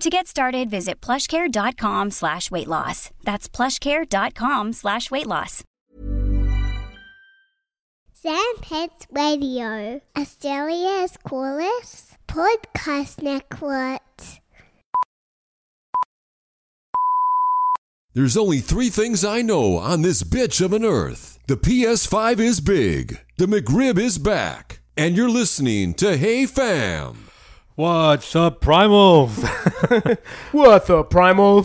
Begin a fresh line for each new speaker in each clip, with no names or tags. To get started, visit plushcare.com slash weight loss. That's plushcare.com slash weight loss.
Sam Pets Radio, Australia's coolest podcast network.
There's only three things I know on this bitch of an earth. The PS5 is big, the McRib is back, and you're listening to Hey Fam.
What's up, primals?
What's up, Primal?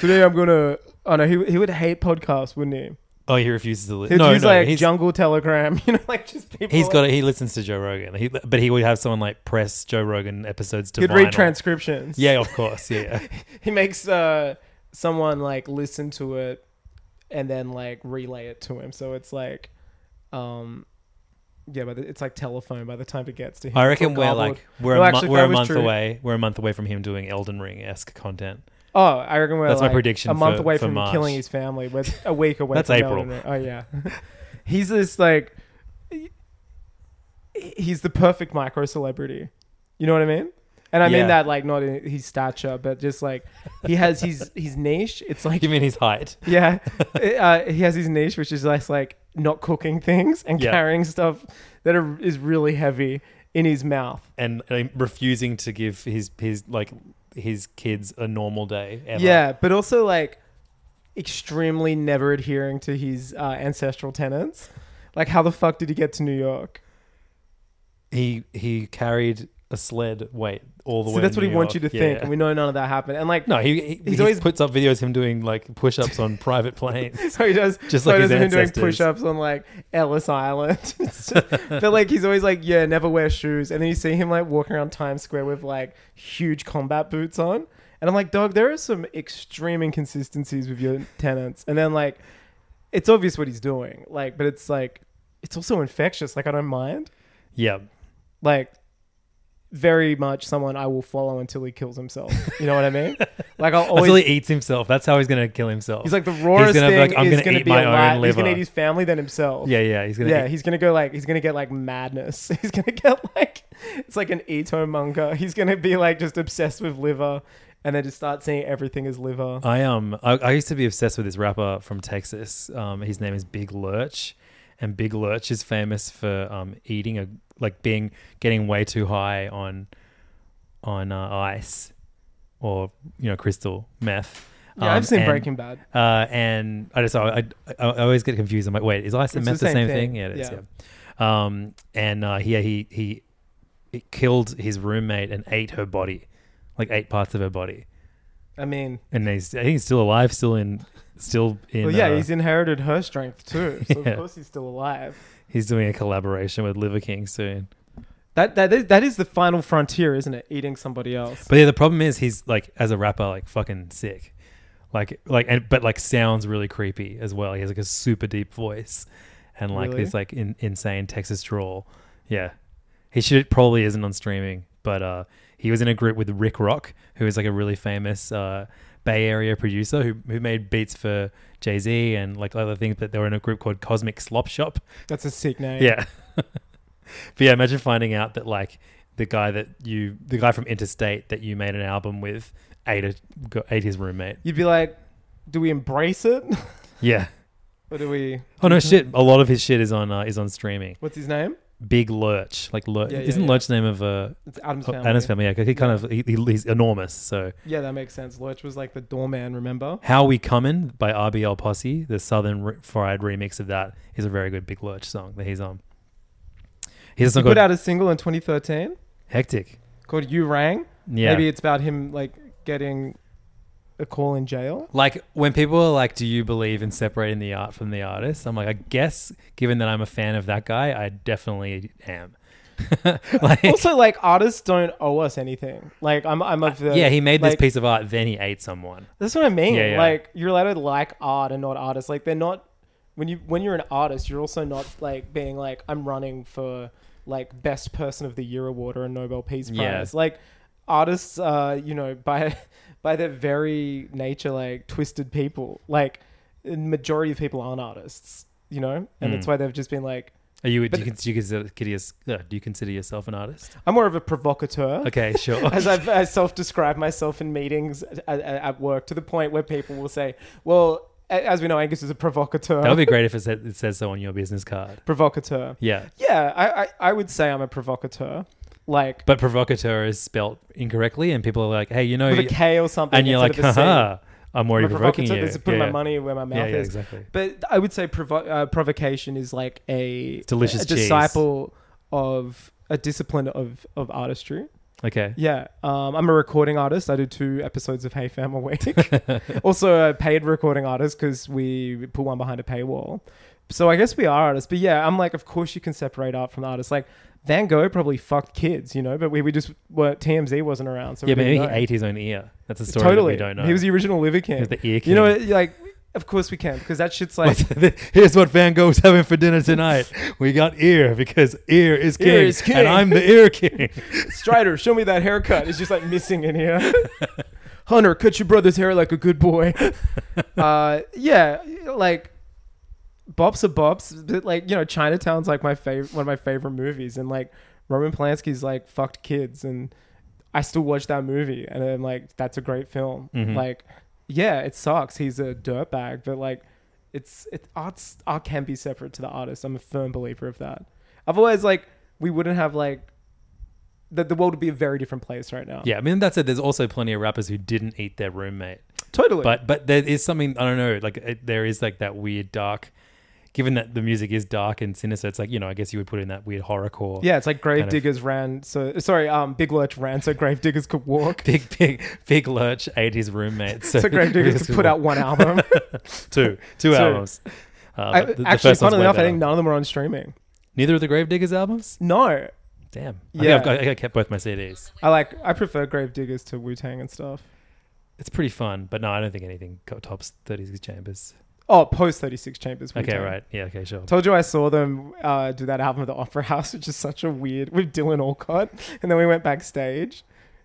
Today I'm gonna. Oh no, he, he would hate podcasts, wouldn't he?
oh, he refuses to
He'd
listen. No,
use
no,
like
he's,
Jungle Telegram, you know, like just people.
he's
like-
got it. He listens to Joe Rogan, he, but he would have someone like press Joe Rogan episodes to.
He'd
vinyl.
read transcriptions.
Yeah, of course. Yeah,
he makes uh, someone like listen to it and then like relay it to him. So it's like, um, yeah, but it's like telephone by the time it gets to him.
I reckon
It's
we're
garbled.
like we're
No,
a,
actually,
mo- we're
if that
a
was
month
true-
away. We're a month away from him doing Elden Ring esque content.
Oh, I reckon we're
That's my
like,
prediction
A month
for-
away
for
from
March.
killing his family. We're a week away.
That's
from
April.
Elden Ring. Oh yeah, he's this like, he's the perfect micro celebrity. You know what I mean? And I
Yeah.
mean that like not in his stature, but just like he has his his niche. It's like
You mean his height?
yeah, uh, he has his niche, which is less like not cooking things and
Yeah.
carrying stuff that are, is really heavy in his mouth.
and um, refusing to give his his like his kids a normal day. Ever.
Yeah, but also like extremely never adhering to his uh, ancestral tenets. Like, how the fuck did he get to New York?
he he carried a sled weight all the
So
way.
that's
to
what he
New
wants you
York.
to
Yeah,
think,
yeah.
and we know none of that happened. And like,
no, he, he
He's
he's
always-
always puts up videos of him doing like push ups on private planes.
so he does
Just
so
like
he
his
does him doing
ancestors.
push-ups on like Ellis Island. It's just- but like, he's always like, yeah, never wear shoes. And then you see him like walking around Times Square with like huge combat boots on, and I'm like, dog, there are some extreme inconsistencies with your tenets. And then like, it's obvious what he's doing, like, but it's like, it's also infectious. Like, I don't mind.
Yeah,
like very much someone I will follow until he kills himself. You know what I mean? Like I'll
until he
always.
eats himself. That's how he's gonna kill himself.
He's like the rawest
gonna be
thing
like, I'm
is
gonna
going to
eat
be
my
a
own
lie. He's going
liver.
to eat his family then himself.
yeah, yeah. He's gonna
yeah.
eat-
He's going to go like he's going to get like madness. He's going to get like it's like an Ito manga. He's going to be like just obsessed with liver, and then just start seeing everything as liver.
I um I, I used to be obsessed with this rapper from Texas. Um, his name is Big Lurch, and Big Lurch is famous for um eating a like being getting way too high on on uh, ice or you know crystal meth.
yeah,
Um,
I've seen
and,
Breaking Bad.
Uh, and I just I, I I always get confused. I'm like, wait, is ice and
It's the
meth the
same
same,
thing.
thing? Yeah, it is.
Yeah.
Yeah. Um, and uh, yeah, he he he killed his roommate and ate her body, like ate parts of her body
I mean,
and he's I think he's still alive, still in, still in.
well, yeah,
uh,
he's inherited her strength too, so
Yeah.
of course he's still alive.
he's doing a collaboration with Liver King soon.
That that is, that is the final frontier, isn't it? Eating somebody else.
But yeah, the problem is he's like as a rapper, like fucking sick, like like and but like sounds really creepy as well. He has like a super deep voice, and like
Really?
this like in, insane Texas drawl. Yeah, he should probably isn't on streaming, but uh, he was in a group with Rick Rock, who is like a really famous uh, Bay Area producer who who made beats for Jay Z and like other things. But they were in a group called Cosmic Slop Shop.
That's a sick name.
Yeah. but yeah, imagine finding out that like the guy that you, the guy from Interstate that you made an album with, ate a, go- ate his roommate.
You'd be like, do we embrace it?
Yeah.
or do we Mm-hmm.
Oh no, shit! A lot of his shit is on uh, is on streaming.
what's his name?
Big Lurch, like Lurch.
Yeah, yeah,
Isn't
yeah.
Lurch the name of a
It's Adam's
uh,
family.
Anna's family? Yeah, 'cause he kind of he, he- he's enormous. So
Yeah, that makes sense. Lurch was like the doorman, remember?
How We Comin' by RBL Posse, the Southern re- Fried remix of that is a very good Big Lurch song that he's on. He's also
He put
got
out a single in 2013
Hectic.
called "You Rang."
Yeah.
Maybe it's about him like getting a call in jail.
Like when people are like, "Do you believe in separating the art from the artist?" I'm like, I guess given that I'm a fan of that guy, I definitely am. like,
Also, like artists don't owe us anything. Like I'm, I'm of the
yeah, he made this
like,
piece of art, then he ate someone.
That's what I mean.
Yeah, yeah.
Like you're allowed to like art and not artists. Like they're not when you when you're an artist, you're also not like being like I'm running for like best person of the year award or a Nobel Peace Prize.
Yeah.
Like artists are you know by by their very nature like twisted people. Like the majority of people aren't artists. You know, and
Hmm.
that's why they've just been like
Are you? Do
But-
you, cons- do you consider, kid- yes, uh, do you consider yourself an artist?
I'm more of a provocateur.
Okay, sure.
as I've I self-described myself in meetings at, at, at work to the point where people will say, "Well, a- as we know, Angus is a provocateur."
that would be great if it, said, it says so on your business card.
provocateur.
Yeah,
Yeah, I, I I would say I'm a provocateur, like
but provocateur is spelt incorrectly, and people are like, "Hey, you know,"
with a K or something,
and you're like,
instead of a C.
"Haha, I'm
I'm
already
a
provoking
provocateur.
you."
This is putting my money where my mouth
yeah, yeah,
is.
exactly.
But I would say provo- uh, provocation is like a
Delicious
a
cheese.
disciple of a discipline of of artistry.
Okay.
Yeah, um, I'm a recording artist. I do two episodes of Hey Fam a week. also, a paid recording artist because we put one behind a paywall. So I guess we are artists. But yeah, I'm like, of course you can separate art from the artist. Like Van Gogh probably fucked kids, you know, but we, we just were TMZ wasn't around. So
Yeah,
we
but
didn't
maybe he
know.
ate his own ear. That's a story
totally.
that we don't know.
He was the original liver king.
He was the ear
You know,
king.
what, like, of course we can because that shit's like.
Here's what Van Gogh's having for dinner tonight. We got ear because ear is king,
Ear is king.
and I'm the ear king.
Strider, show me that haircut. It's just like missing in here. Hunter, cut your brother's hair like a good boy. Uh, yeah, like bops are bops, but like you know, Chinatown's like my favorite, one of my favorite movies, and like Roman Polanski's like fucked kids, and I still watch that movie, and I'm like, that's a great film.
Mm-hmm.
Like, yeah, it sucks. He's a dirtbag, but like, it's it arts art can be separate to the artist. I'm a firm believer of that. Otherwise, like, we wouldn't have like. The, the world would be a very different place right now.
yeah, I mean that's it. There's also plenty of rappers who didn't eat their roommate,
totally.
but but there is something I don't know. Like it, there is like that weird dark. Given that the music is dark and sinister, it's like you know I guess you would put in that weird horrorcore.
Yeah, it's like
of-
Gravediggers ran so sorry, um, Big Lurch ran so Gravediggers could walk.
Big big big lurch ate his roommate. So,
so Gravediggers could put out one album.
two two
Two.
albums. Uh,
I,
but Uh, the- the
actually,
first one's
funnily
way
enough, I
better.
think none of them are on streaming.
neither of the Gravediggers albums.
No,
Damn.
Yeah.
I, think I've got, I think I kept both my CDs.
I like I prefer Gravediggers to Wu Tang and stuff.
It's pretty fun, but no, I don't think anything co- tops 36 Chambers.
Oh, post Thirty Six Chambers.
Okay,
Wu-Tang.
right. Yeah, okay, sure.
Told you I saw them uh, do that album at the Opera House, which is such a weird with Dylan Alcott, and then we went backstage.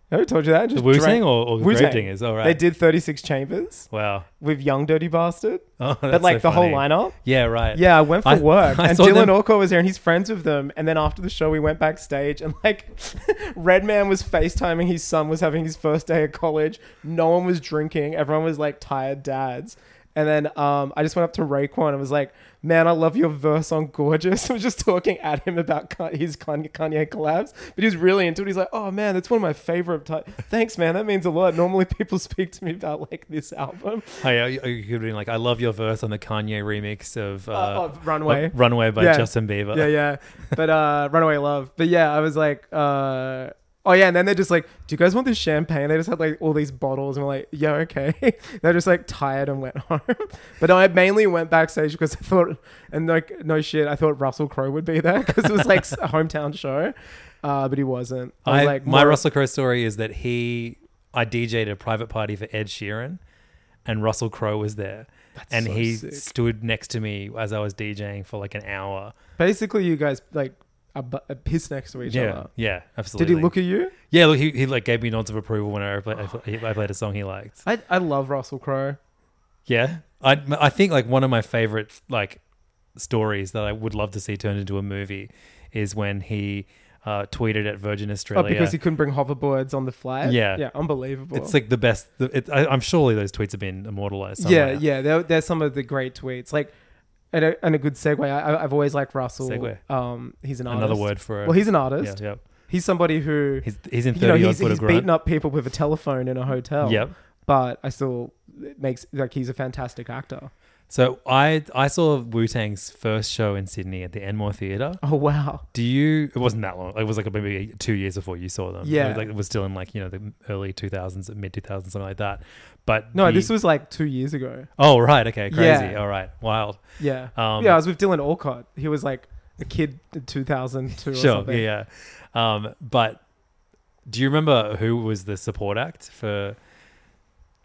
Never told you that.
the
Just
Wu Tang
drank-
or, or
Wu-Tang.
Wu-Tang. is all right.
They did Thirty Six Chambers
Wow.
with Young Dirty Bastard,
Oh, that's
but like
so
the whole
funny.
lineup.
Yeah, right.
Yeah, I went for
I-
work,
I
and
saw
Dylan
them-
Orko was there, and he's friends with them. And then after the show, we went backstage, and like, Redman was FaceTiming his son was having his first day at college. No one was drinking. Everyone was like tired dads. And then um, I just went up to Raekwon and was like, "Man, I love your verse on Gorgeous." I was just talking at him about Ka- his Kanye, Kanye collabs, but he's really into it. He's like, "Oh man, that's one of my favorite." Ty- Thanks, man. That means a lot. Normally, people speak to me about like this album.
Oh, yeah, you, you could be like, I love your verse on the Kanye remix of, uh,
of Oh, Runway.
uh, Runway by
Yeah.
Justin Bieber.
yeah, yeah. But uh Runaway Love. But yeah, I was like, uh oh yeah, and then they're just like, Do you guys want this champagne? They just had like all these bottles and we're like, Yeah, okay. they're just like tired and went home. but I mainly went backstage because I thought and like no shit, I thought Russell Crowe would be there because it was like a hometown show. Uh, but he wasn't. I was
I,
like
my
more-
Russell Crowe story is that he, I DJ'd a private party for Ed Sheeran, and Russell Crowe was there. and
so
he
sick.
stood next to me as I was DJing for like an hour.
basically you guys like are, bu- are pissed next to each
Yeah,
other.
yeah,
Did
absolutely.
he look at you?
Yeah, look, he, he like gave me nods of approval when I played, I, played, I played a song he liked.
I, I love Russell Crowe.
Yeah, I I think like one of my favorite like stories that I would love to see turned into a movie is when he uh, tweeted at Virgin
Oh,
Australia.
because he couldn't bring hoverboards on the flight.
Yeah.
yeah, unbelievable.
it's like the best. It, I, I'm surely those tweets have been immortalized.
Yeah,
Somewhere.
yeah. They're, they're some of the great tweets. Like, and a, and a good segue. I, I- I've always liked Russell.
Segue.
Um, he's an artist.
Another word for it.
Well, he's an
yeah,
artist.
yeah.
He's somebody who
He's he's in
you know
thirty odd
he's,
foot
he's
of grunt.
beaten up people with a telephone in a hotel.
Yep.
But I still it makes like he's a fantastic actor.
So I I saw Wu Tang's first show in Sydney at the Enmore Theatre.
Oh wow.
Do you? It wasn't that long. It was like maybe two years before you saw them.
Yeah.
It was like it was still in like you know the early two thousands, mid two thousands, something like that. But
No,
the-
this was like two years ago.
Oh right, okay, crazy.
Yeah.
All right, wild.
Yeah.
Um,
yeah, I was with Dylan Alcott. He was like a kid in 2002 or
Sure.
something.
Yeah. yeah. Um, but do you remember who was the support act for?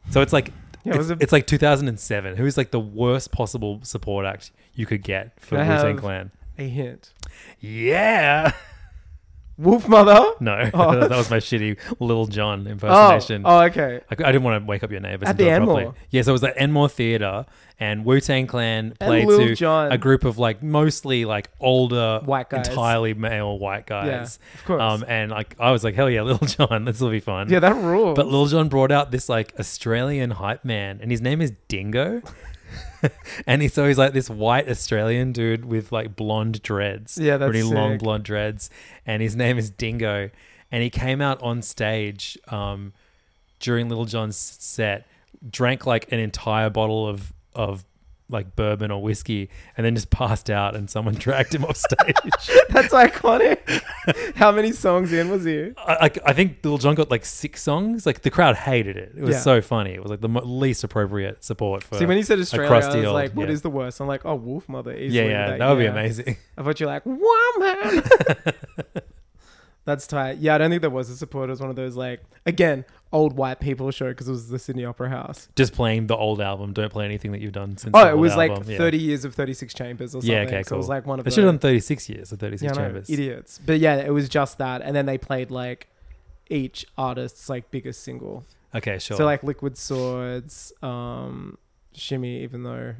So it's like
Yeah, it
it's,
was a-
it's like 2007. Who is like the worst possible support act you could get for Wu
Can I
Tang
have-
Clan?
A hint.
Yeah.
Wolf Mother?
No,
Oh.
that was my shitty Little John
Oh,
impersonation.
oh, okay.
I, I didn't want to wake up your neighbors
At
and do
the
it properly.
Enmore?
Yeah, so it was at Enmore Theatre, and Wu Tang Clan played
Lil
to
Jon.
a group of like mostly like older,
White guys.
entirely male white guys.
of course.
Um, and like I was like, hell yeah, Little John, this will be fun.
Yeah, that rules.
But Lil Jon brought out this like Australian hype man, and his name is Dingo. and he's so he's like this white Australian dude with like blonde dreads,
Yeah, that's
pretty long
sick.
blonde dreads, and his name is Dingo. And he came out on stage um, during Little John's set, drank like an entire bottle of of like bourbon or whiskey, and then just passed out, and someone dragged him off stage.
That's iconic. How many songs in was he?
I, I- I think Lil Jon got like six songs. Like the crowd hated it. It was
Yeah.
so funny. It was like the mo- least appropriate support for.
See, when you said
a
Australia, I
crusty
was
old-
like, "What is
yeah.
the worst? I'm like, oh, Wolf Mother. Easily
Yeah, yeah,
but
that would be
yeah.
amazing.
I thought you were like, woman. That's tight. Yeah, I don't think there was a support. It was one of those, like, again, old white people show because it was the Sydney Opera House.
Just playing the old album. Don't play anything that you've done since.
Oh,
the
it
old
was like
album.
30 years of 36 chambers or something.
Yeah. yeah, okay, cool.
So it was like one of
They
those.
should have done thirty six years or thirty
yeah,
six
I know,
chambers.
idiots. But yeah, it was just that. And then they played like each artist's like biggest single.
Okay, sure.
So like Liquid Swords, um, Shimmy, even though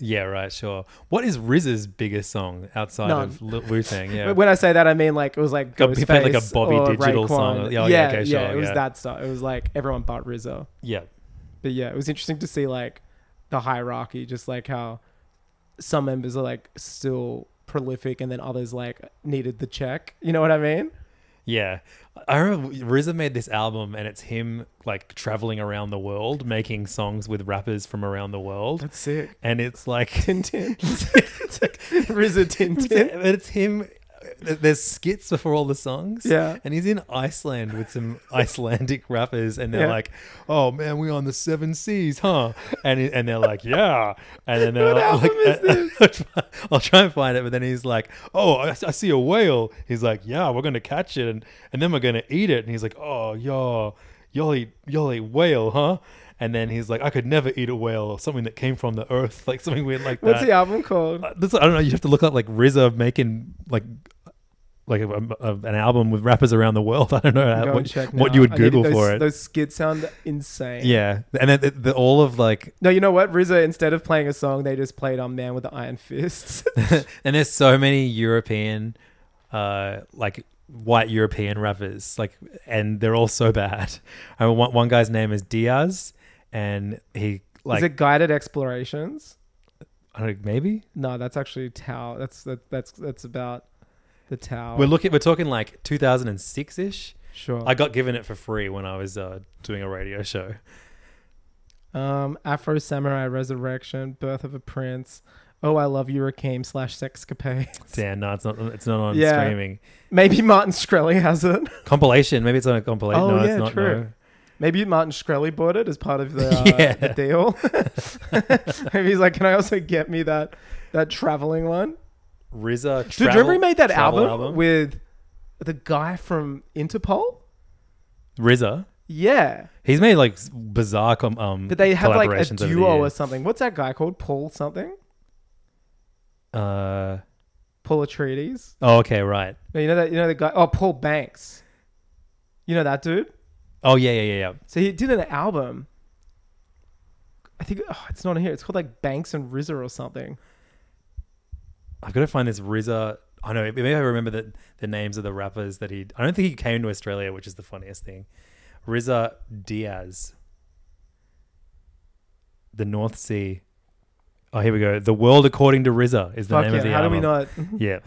yeah, right, sure. What is Riz's biggest song outside
None.
of Wu Tang? Yeah,
But when I say that, I mean like it was like
Got- he
Ghostface
played, like, a Bobby
or
Digital
Raekwon.
song. Yeah,
Yeah,
oh, yeah,
yeah,
okay, sure,
it was
yeah.
that stuff. It was like everyone but Rizzo.
yeah,
But yeah, it was interesting to see like the hierarchy, just like how some members are like still prolific, and then others like needed the check. You know what I mean?
yeah. I remember RZA made this album, and it's him like traveling around the world, making songs with rappers from around the world,
That's sick.
and it's like
Tintin,
it's like
Rizzo Tintin.
But it's him. There's skits before all the songs.
Yeah.
And he's in Iceland with some Icelandic rappers, and they're
Yeah.
like, oh man, we're on the seven seas, huh? And, he- and they're like, yeah. And then they're
What
like,
album
I'll try and find it. But then he's like, oh, I, I see a whale. He's like, yeah, we're going to catch it, and, and then we're going to eat it. And he's like, oh, y'all, y'all eat, y'all eat whale, huh? And then he's like, I could never eat a whale or something that came from the earth, like something weird like that.
What's the album called?
Uh, this, I don't know. You have to look up like RZA making like like a, a- an album with rappers around the world. I don't know how-
Go and
Uh, what,
check
what
now.
you would
I needed
Google
those-
for it.
Those skits sound insane.
yeah, and then the, the, all of like,
No, you know what? RZA, instead of playing a song, they just played "On Man with the Iron Fists."
and there's so many European, uh, like white European rappers, like, and they're all so bad. I mean, one, one guy's name is Diaz, and he like,
Is it guided explorations?
I don't know, maybe
No, that's actually Tao. That's that, that's that's about the Tao.
we're looking, we're talking like 2006 ish.
sure.
I got given it for free when I was uh, doing a radio show.
um, Afro Samurai Resurrection, Birth of a Prince. Oh, I love you, Rakim slash Sexcapade.
Damn, no, it's not. It's not on
Yeah.
streaming.
Maybe Martin Shkreli has it.
Compilation. Maybe it's on a compilation.
Oh,
no,
yeah,
it's not.
true.
no.
Maybe Martin Shkreli bought it as part of the, uh,
Yeah.
the deal. Maybe he's like, "Can I also get me that that traveling one?"
RZA.
Dude,
travel-
remember he made that
travel
album, with the guy from Interpol?
RZA.
Yeah,
He's made like s- bizarre com- um.
but they have like a
collaborations over the
duo or
years.
something. What's that guy called? Paul something?
Uh,
Paul Atreides.
oh, okay, right.
No, you know that you know the guy. Oh, Paul Banks. You know that dude.
Oh yeah, yeah, yeah, yeah.
So he did an album. I think oh, it's not here. It's called like Banks and RZA or something.
I've got to find this RZA. I know. Maybe I remember that the names of the rappers that he. I don't think he came to Australia, which is the funniest thing. RZA Diaz. The North Sea. Oh, here we go. The World According to RZA is the
Fuck
name
yeah.
of the
How
album.
do we not?
Yeah.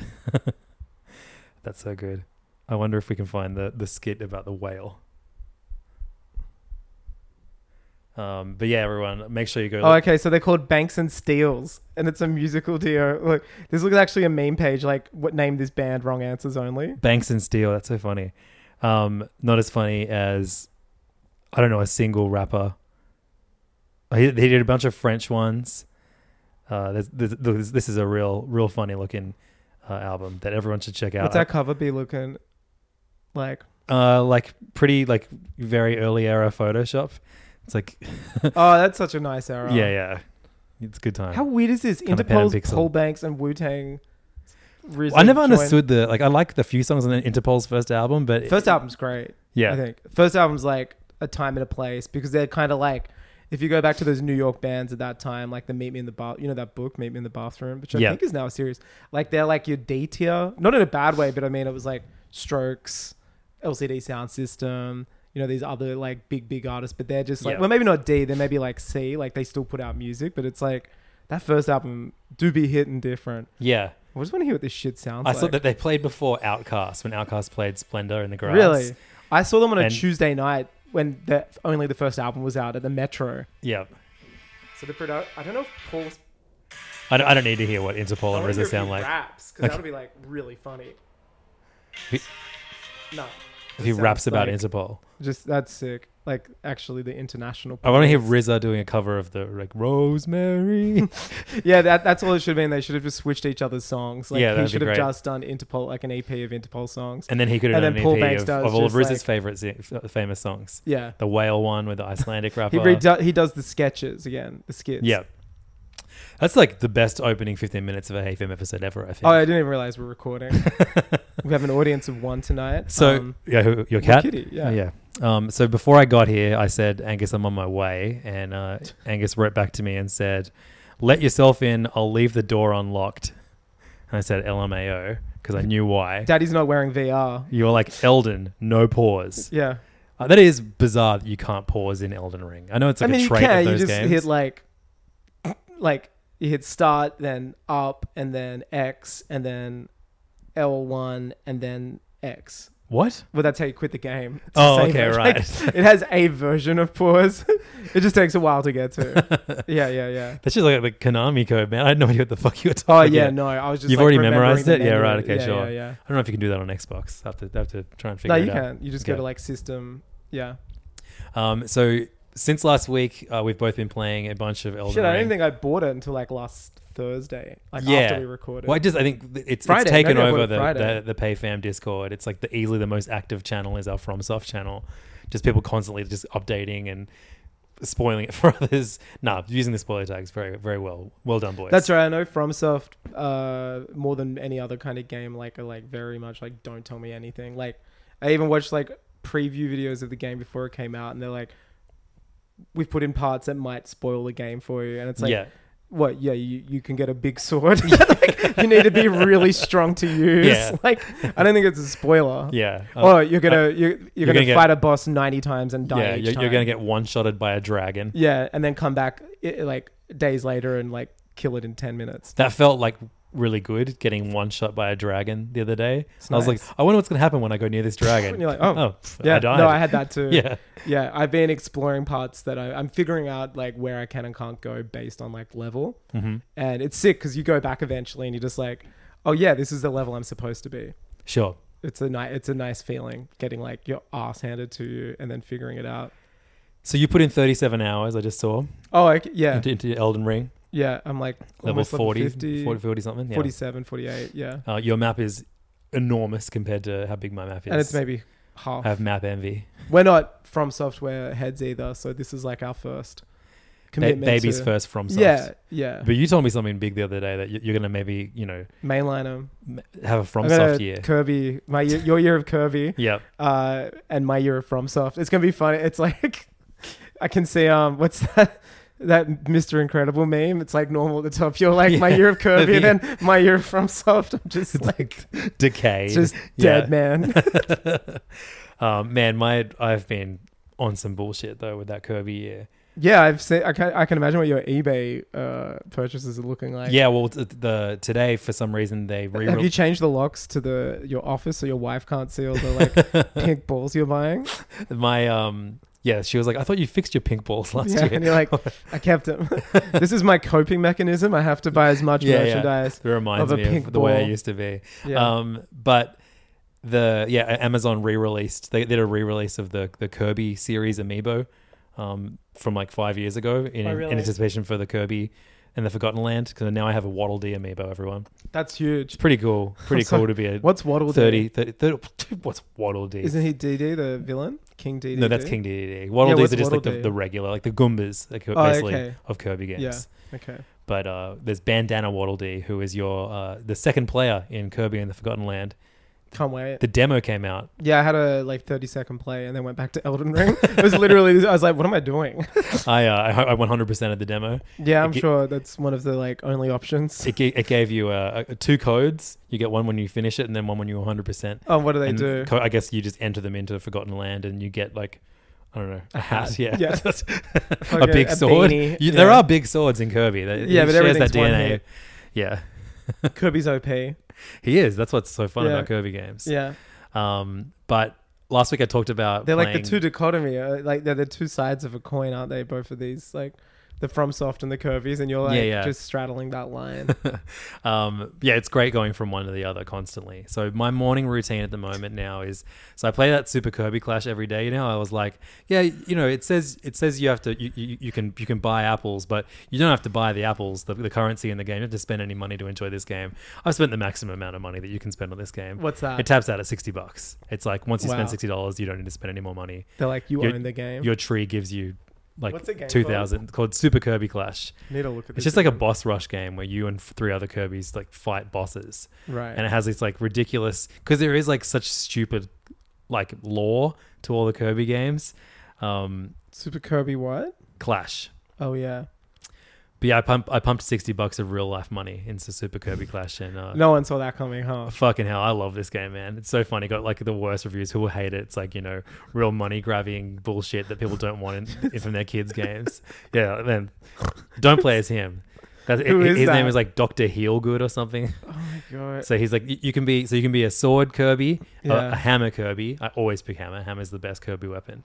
That's so good. I wonder if we can find the, the skit about the whale. Um, but yeah, everyone, make sure you go.
Oh,
look-
okay. So they're called Banks and Steels, and it's a musical deal. Look, this looks actually a meme page. Like, what name this band? Wrong answers only.
Banks and Steel. That's so funny. Um, not as funny as, I don't know, a single rapper. Oh, He, he did a bunch of French ones. Uh, this, this, this, this is a real, real funny looking uh, album that everyone should check out.
What's our cover be looking like?
uh, like pretty like very early era Photoshop. It's like
Oh, that's such a nice era.
yeah, yeah, it's a good time.
How weird is this?
Kinda pen and
Interpol's
pixel.
Paul Banks and Wu Tang.
I never understood the like. I like the few songs on Interpol's first album, but
First album's great.
yeah,
I think first album's like a time and a place because they're kind of like if you go back to those New York bands at that time, like the Meet Me in the Bar, you know that book Meet Me in the Bathroom, which I
Yeah.
think is now a series. Like they're like your D tier, not in a bad way, but I mean it was like Strokes, LCD Sound System. You know these other like big big artists, but they're just like
Yeah.
well maybe not D, they're maybe like C. Like they still put out music, but it's like that first album do be hit and different.
yeah.
I just want to hear what this shit sounds
I
like.
saw that they played before Outcast when Outcast played Splendor in the Grass.
Really? I saw them on a
And-
Tuesday night when the, only the first album was out at the Metro.
Yeah.
So the produ- I don't know if Paul's.
I don't, I don't need to hear what Interpol
I
and
wanna hear
RZA
if he
sound like.
raps because that'll be like really funny.
If
No.
If he
It
raps
sounds
about
like-
Interpol,
Just that's sick. Like actually the international.
I want to hear RZA doing a cover of the like Rosemary.
yeah, that, that's all it should have been. They should have just switched each other's songs. Like
Yeah, that'd
he
be
should have
great.
just done Interpol like an EP of Interpol songs.
and then he could have
And
done an
then Paul
EP
Banks
of,
does
of all of
just,
RZA's
like-
favorite si- f- famous songs.
yeah.
The whale one with the Icelandic rapper.
He redo- he does the sketches again, the skits.
Yeah. That's like the best opening 15 minutes of a HeyFM episode ever, I think.
Oh, I didn't even realize we're recording. we have an audience of one tonight.
so,
Um,
yeah, who, your cat?
kitty, yeah.
Oh, yeah. Um, so before I got here, I said, Angus, I'm on my way. And uh, Angus wrote back to me and said, let yourself in. I'll leave the door unlocked. And I said, LMAO, because I knew why.
Daddy's not wearing VR.
you were like, Elden, no pause.
Yeah.
Uh, that is bizarre that you can't pause in Elden Ring. I know it's like
I mean,
a
you
trait of
can. You
those
just
games.
hit like, like you hit start, then up, and then X, and then L one, and then X.
what?
Well, that's how you quit the game. It's the
Oh,
same
okay,
version.
right.
Like, it has a version of pause. it just takes a while to get to. yeah, yeah, yeah.
That's just like the Konami code, man. I had no idea what the fuck you were talking
Oh
about.
yeah, no, I was just.
You've
like,
already
remembering
memorized
the
it? Yeah,
menu.
right, okay, sure.
Yeah, yeah.
I don't know if you can do that on Xbox. I have to, I have to try and figure
No,
it
you
out.
can't. You just go
Okay.
to like system. Yeah.
Um, so since last week, uh, we've both been playing a bunch of Elden
Shit, I
Ring.
don't even think I bought it until like last Thursday, like
yeah.
after we recorded.
Well, I just I think th- it's,
Friday,
it's taken
maybe I bought
over
it
the,
Friday.
the the PayFam Discord. It's like the easily the most active channel is our FromSoft channel. Just people constantly just updating and spoiling it for others. Nah, using the spoiler tags very very well. Well done, boys.
That's right. I know FromSoft uh, more than any other kind of game. Like, are, like very much like don't tell me anything. Like, I even watched like preview videos of the game before it came out, and they're like, we've put in parts that might spoil the game for you, and it's like,
yeah.
what? Yeah, you, you can get a big sword. like, you need to be really strong to use.
Yeah.
Like, I don't think it's a spoiler.
Yeah. Um,
Oh, you're gonna you're, you're,
you're
gonna,
gonna get-
fight a boss ninety times and die.
yeah.
each
You're,
time.
you're gonna get one shotted by a dragon.
yeah, and then come back i like days later and like kill it in ten minutes.
That felt like really good getting one shot by a dragon the other day.
It's
I was like,
nice.
I wonder what's going to happen when I go near this dragon.
And you're like, oh,
pff,
Yeah,
I died.
no, I had that too.
yeah.
yeah. I've been exploring parts that I, I'm figuring out like where I can and can't go based on like level,
hmm
and it's sick because you go back eventually and you're just like, oh yeah, this is the level I'm supposed to be.
Sure.
It's a nice, it's a nice feeling getting like your ass handed to you and then figuring it out.
So you put in 37 hours, I just saw,
Oh, like, yeah,
into, into Elden Ring,
yeah. I'm like
level
almost
40,
50,
40, 40 something. Yeah.
47, 48, yeah,
Uh, your map is enormous compared to how big my map is.
and it's maybe half.
I have map envy.
We're not from software heads either, so this is like our first
Ba-
commitment.
baby's
to-
first from soft.
Yeah, yeah.
But you told me something big the other day that you- you're going to maybe, you know,
Mainline 'em.
m- have a from
I'm gonna
soft year.
Kirby, my year, your year of Kirby,
Yep.
uh, and my year of FromSoft. It's gonna be funny. It's like I can see um, what's that? That Mr. Incredible meme. It's like normal at the top. You're like my
Yeah.
year of Kirby,
Yeah.
and then my year of FromSoft. I'm just like
Decay.
just
Yeah. Uh,
dead man.
um, man, my I've been on some bullshit though with that Kirby year.
Yeah, I've seen. I can, I can imagine what your eBay uh, purchases are looking like.
yeah, well, t- the today for some reason they re
Have you changed the locks to the your office so your wife can't see all the like pink balls you're buying?
my um yeah. She was like, I thought you fixed your pink balls last
Yeah,
year.
and you're like, I kept them. this is my coping mechanism. I have to buy as much
yeah,
merchandise.
Yeah. It reminds
of a
me
pink
of the way I
ball.
used to be.
Yeah.
Um, but the yeah, A- Amazon re-released. They did a re-release of the the Kirby series amiibo um, from like five years ago in,
Oh,
in
really?
anticipation for the Kirby and the Forgotten Land. Because now I have a Waddle Dee amiibo. Everyone,
That's huge.
it's pretty cool. Pretty
So,
cool to be a
What's Waddle
30,
Dee?
30, 30 what's Waddle Dee?
Isn't he DD the villain? King DD.
no, that's King DDD. Waddle
Yeah,
Dees
what's
are just like
Waddle
the,
Dee?
the regular, like the Goombas, like,
Oh,
basically
okay.
of Kirby games
Yeah. Okay.
but uh, there's Bandana Waddle Dee, who is your uh, the second player in Kirby and the Forgotten Land.
Can't wait.
The demo came out.
yeah, I had a like 30 second play and then went back to Elden Ring. it was literally, I was like, what am I doing?
I uh, I I 100% of the demo.
yeah, I'm
It ge-
sure that's one of the like only options.
It, ga- it gave you uh, uh, two codes. You get one when you finish it, and then one when you 100%.
oh, what do they
And
do?
co- I guess you just enter them into Forgotten Land, and you get like. I don't know. A hat,
hat.
yeah.
Yeah.
a
Fucking-
big
a
sword.
beanie,
You- There
yeah.
are big swords in Kirby. They,
Yeah,
yeah,
but
but shares that
everything's one
DNA.
hit.
Yeah,
Kirby's OP.
he is. That's what's so fun
Yeah.
about Kirby games.
Yeah.
Um, but last week I talked about
They're like
playing-
the two dichotomy. uh, Like they're the two sides of a coin, aren't they? Both of these, like the from soft and the curvies, and you're like
Yeah, yeah.
just straddling that line.
um, yeah, it's great going from one to the other constantly. So my morning routine at the moment now is so I play that Super Kirby Clash every day. You know, I was like, yeah, you know, it says it says you have to you, you, you can you can buy apples, but you don't have to buy the apples, the, the currency in the game. You don't have to spend any money to enjoy this game. I've spent the maximum amount of money that you can spend on this game.
What's that?
It taps out at sixty bucks. It's like once you
Wow.
spend sixty dollars, you don't need to spend any more money.
they're like you
Your-
own the game.
Your tree gives you
What's the
like
game called?
two thousand called Super Kirby Clash.
Need to look at.
It's
this
just like a
again.
boss rush game where you and f- three other Kirby's like fight bosses,
Right.
and it has these like ridiculous because there is like such stupid like lore to all the Kirby games. Um,
Super Kirby what?
Clash,
Oh yeah.
but yeah, I pump I pumped sixty bucks of real life money into Super Kirby Clash, and uh,
No one saw that coming, huh?
Fucking hell, I love this game, man. It's so funny. Got like the worst reviews. Who will hate it? It's like, you know, real money grabbing bullshit that people don't want in, in from their kids' games. Yeah, man. Don't play as him. That's,
Who is
his
that?
name is like Dr. Heelgood or something.
God.
So he's like, y- you can be, so you can be a sword Kirby, a- a,
Uh, Yeah.
hammer Kirby. I always pick hammer. Hammer's the best Kirby weapon.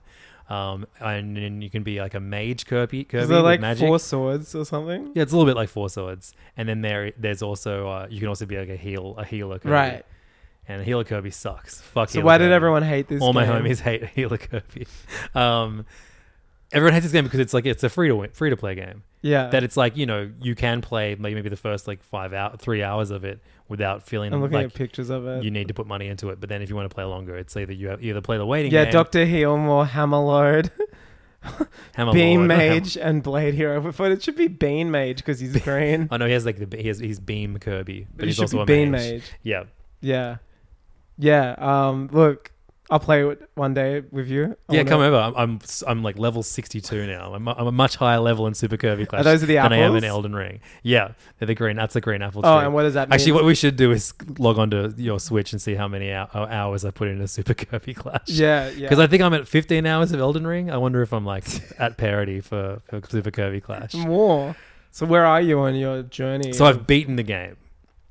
Um, and then you can be like a mage Kirby. Kirby
Is there
with
like
magic.
four swords or something?
yeah, it's a little bit like four swords. And then there, there's also uh, you can also be like a heal, a healer. Kirby.
Right.
And healer Kirby sucks. Fuck.
So
Healer
why did
Kirby.
everyone hate this?
All my
game?
homies hate healer Kirby. Um, everyone hates this game because it's like it's a free to win, free to play game.
Yeah.
That it's like you know you can play like maybe the first like five out three hours of it without feeling
I'm looking
like
at pictures of it.
you need to put money into it. But then if you want to play longer, it's either you have, either play the waiting
yeah,
game,
Doctor Heelmore, Hammerlord,
Hammer
Beam
Lord, or Hammer-
Mage, and Blade Hero. But it should be Bean Mage because he's green.
I know Oh, he has like the he has he's Beam Kirby, but
It
he's
should
also
be
a
Bean
mage.
Mage.
Yeah,
Yeah. Yeah. Um, look, I'll play it one day with you. I
yeah.
wanna-
Come over. I'm, I'm s- I'm like level 62 now. I'm, I'm a much higher level in Super Kirby Clash
those are the
than I am in
apples?
Elden Ring. Yeah, they're the green. That's the green apple.
Oh,
tree.
and what does that mean?
Actually, what we should do is log onto your Switch and see how many hou- uh, hours I put into Super Kirby Clash.
Yeah, yeah.
Because I think I'm at 15 hours of Elden Ring. I wonder if I'm like at parity for, for Super Kirby Clash.
more. So where are you on your journey?
So I've beaten the game.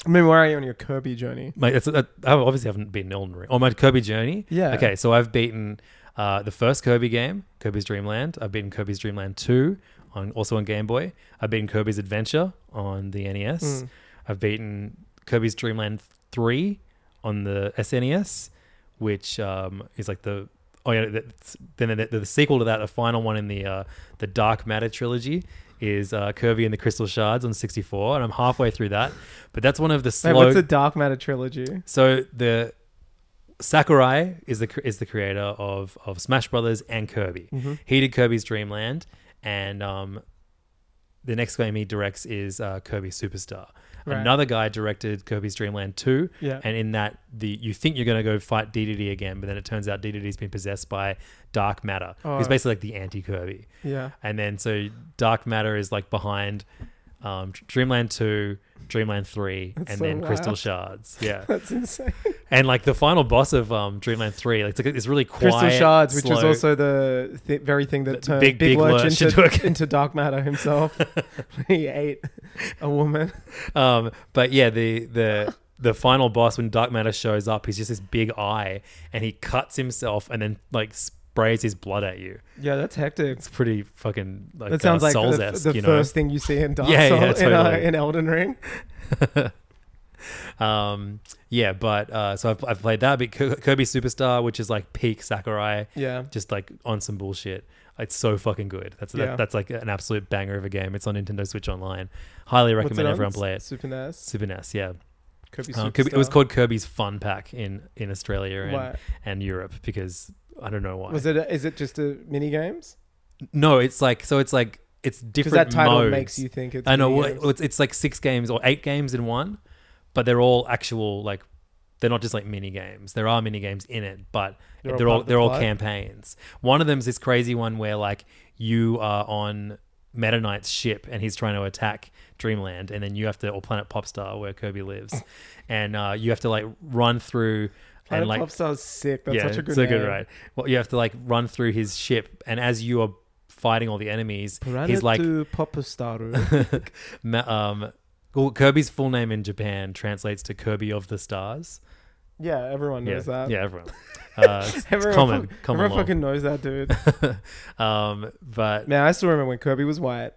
I mean, where are you on your Kirby journey?
My, it's, uh, I obviously haven't beaten Elden Ring. On oh, my Kirby journey?
Yeah.
Okay, so I've beaten uh, the first Kirby game, Kirby's Dream Land. I've beaten Kirby's Dream Land 2, on, also on Game Boy. I've beaten Kirby's Adventure on the NES.
Hmm.
I've beaten Kirby's Dream Land 3 on the SNES, which um, is like the. Oh yeah, that's, then the, the sequel to that, the final one in the uh, the Dark Matter trilogy, is uh, Kirby and the Crystal Shards on 64, and I'm halfway through that. But that's one of the
Wait,
slow.
what's the Dark Matter trilogy?
So the Sakurai is the is the creator of of Smash Brothers and Kirby.
Mm-hmm.
He did Kirby's Dream Land, and um, the next game he directs is uh, Kirby Superstar.
Right.
Another guy directed Kirby's Dream Land 2,
Yeah.
and in that the you think you're going to go fight DDD again, but then it turns out DDD's been possessed by Dark Matter, who's
Oh.
basically like the anti Kirby.
Yeah.
And then so Dark Matter is like behind um, Dreamland 2, Dreamland 3, and
so
then Crystal
wild.
Shards. Yeah.
That's insane.
And like the final boss of um, Dreamland Three, like it's, like, it's really quiet.
Crystal shards, which was
slow-
also the th- very thing that
The
turned
big-
Big,
big
Lurch,
Lurch
into,
into
into,
a-
dark matter himself. he ate a woman.
Um, but yeah, the the the final boss when Dark Matter shows up, he's just this big eye, and he cuts himself and then like sprays his blood at you.
Yeah, that's hectic.
It's pretty fucking like
That sounds
uh,
like
souls
the,
esque,
the
you know.
first thing you see in Dark
Yeah, yeah,
Souls in, uh,
totally.
in Elden Ring.
Um, yeah, but uh, so I've, I've played that. But Kir- Kirby Superstar, which is like peak Sakurai,
Yeah.
just like on some bullshit. It's so fucking good. That's
Yeah.
that, that's like an absolute banger of a game. It's on Nintendo Switch Online. Highly
What's
recommend
on?
everyone play it.
Super NES.
Super NES, yeah.
Could be
Um,
Superstar.
Kirby- it was called Kirby's Fun Pack in in Australia and,
Why?
and Europe because I don't know why.
Was it? A, is it just a mini games?
No, it's like so. It's like it's
Because
different.
that title
modes.
makes you think it's.
I know.
mini
Well,
games.
it's, it's like six games or eight games in one, but they're all actual like they're not just like mini games. There are mini games in it, but
They're
they're,
all
all,
part of the
they're all
plot?
campaigns. One of them's this crazy one where like you are on Meta Knight's ship and he's trying to attack Dreamland, and then you have to or Planet Popstar where Kirby lives, and uh, you have to like run through.
Planet
and like
Popstar's sick. That's such a good.
it's so
name.
good, right? Well, you have to like run through his ship, and as you are fighting all the enemies, he's like
Popstar.
ma- um, well, Kirby's full name in Japan translates to Kirby of the Stars.
yeah, everyone
Yeah,
knows that.
yeah, everyone. Uh, it's, it's
Everyone,
common,
fuck-
common
everyone fucking knows that dude.
fucking. um, but
Man, I still remember when Kirby was white.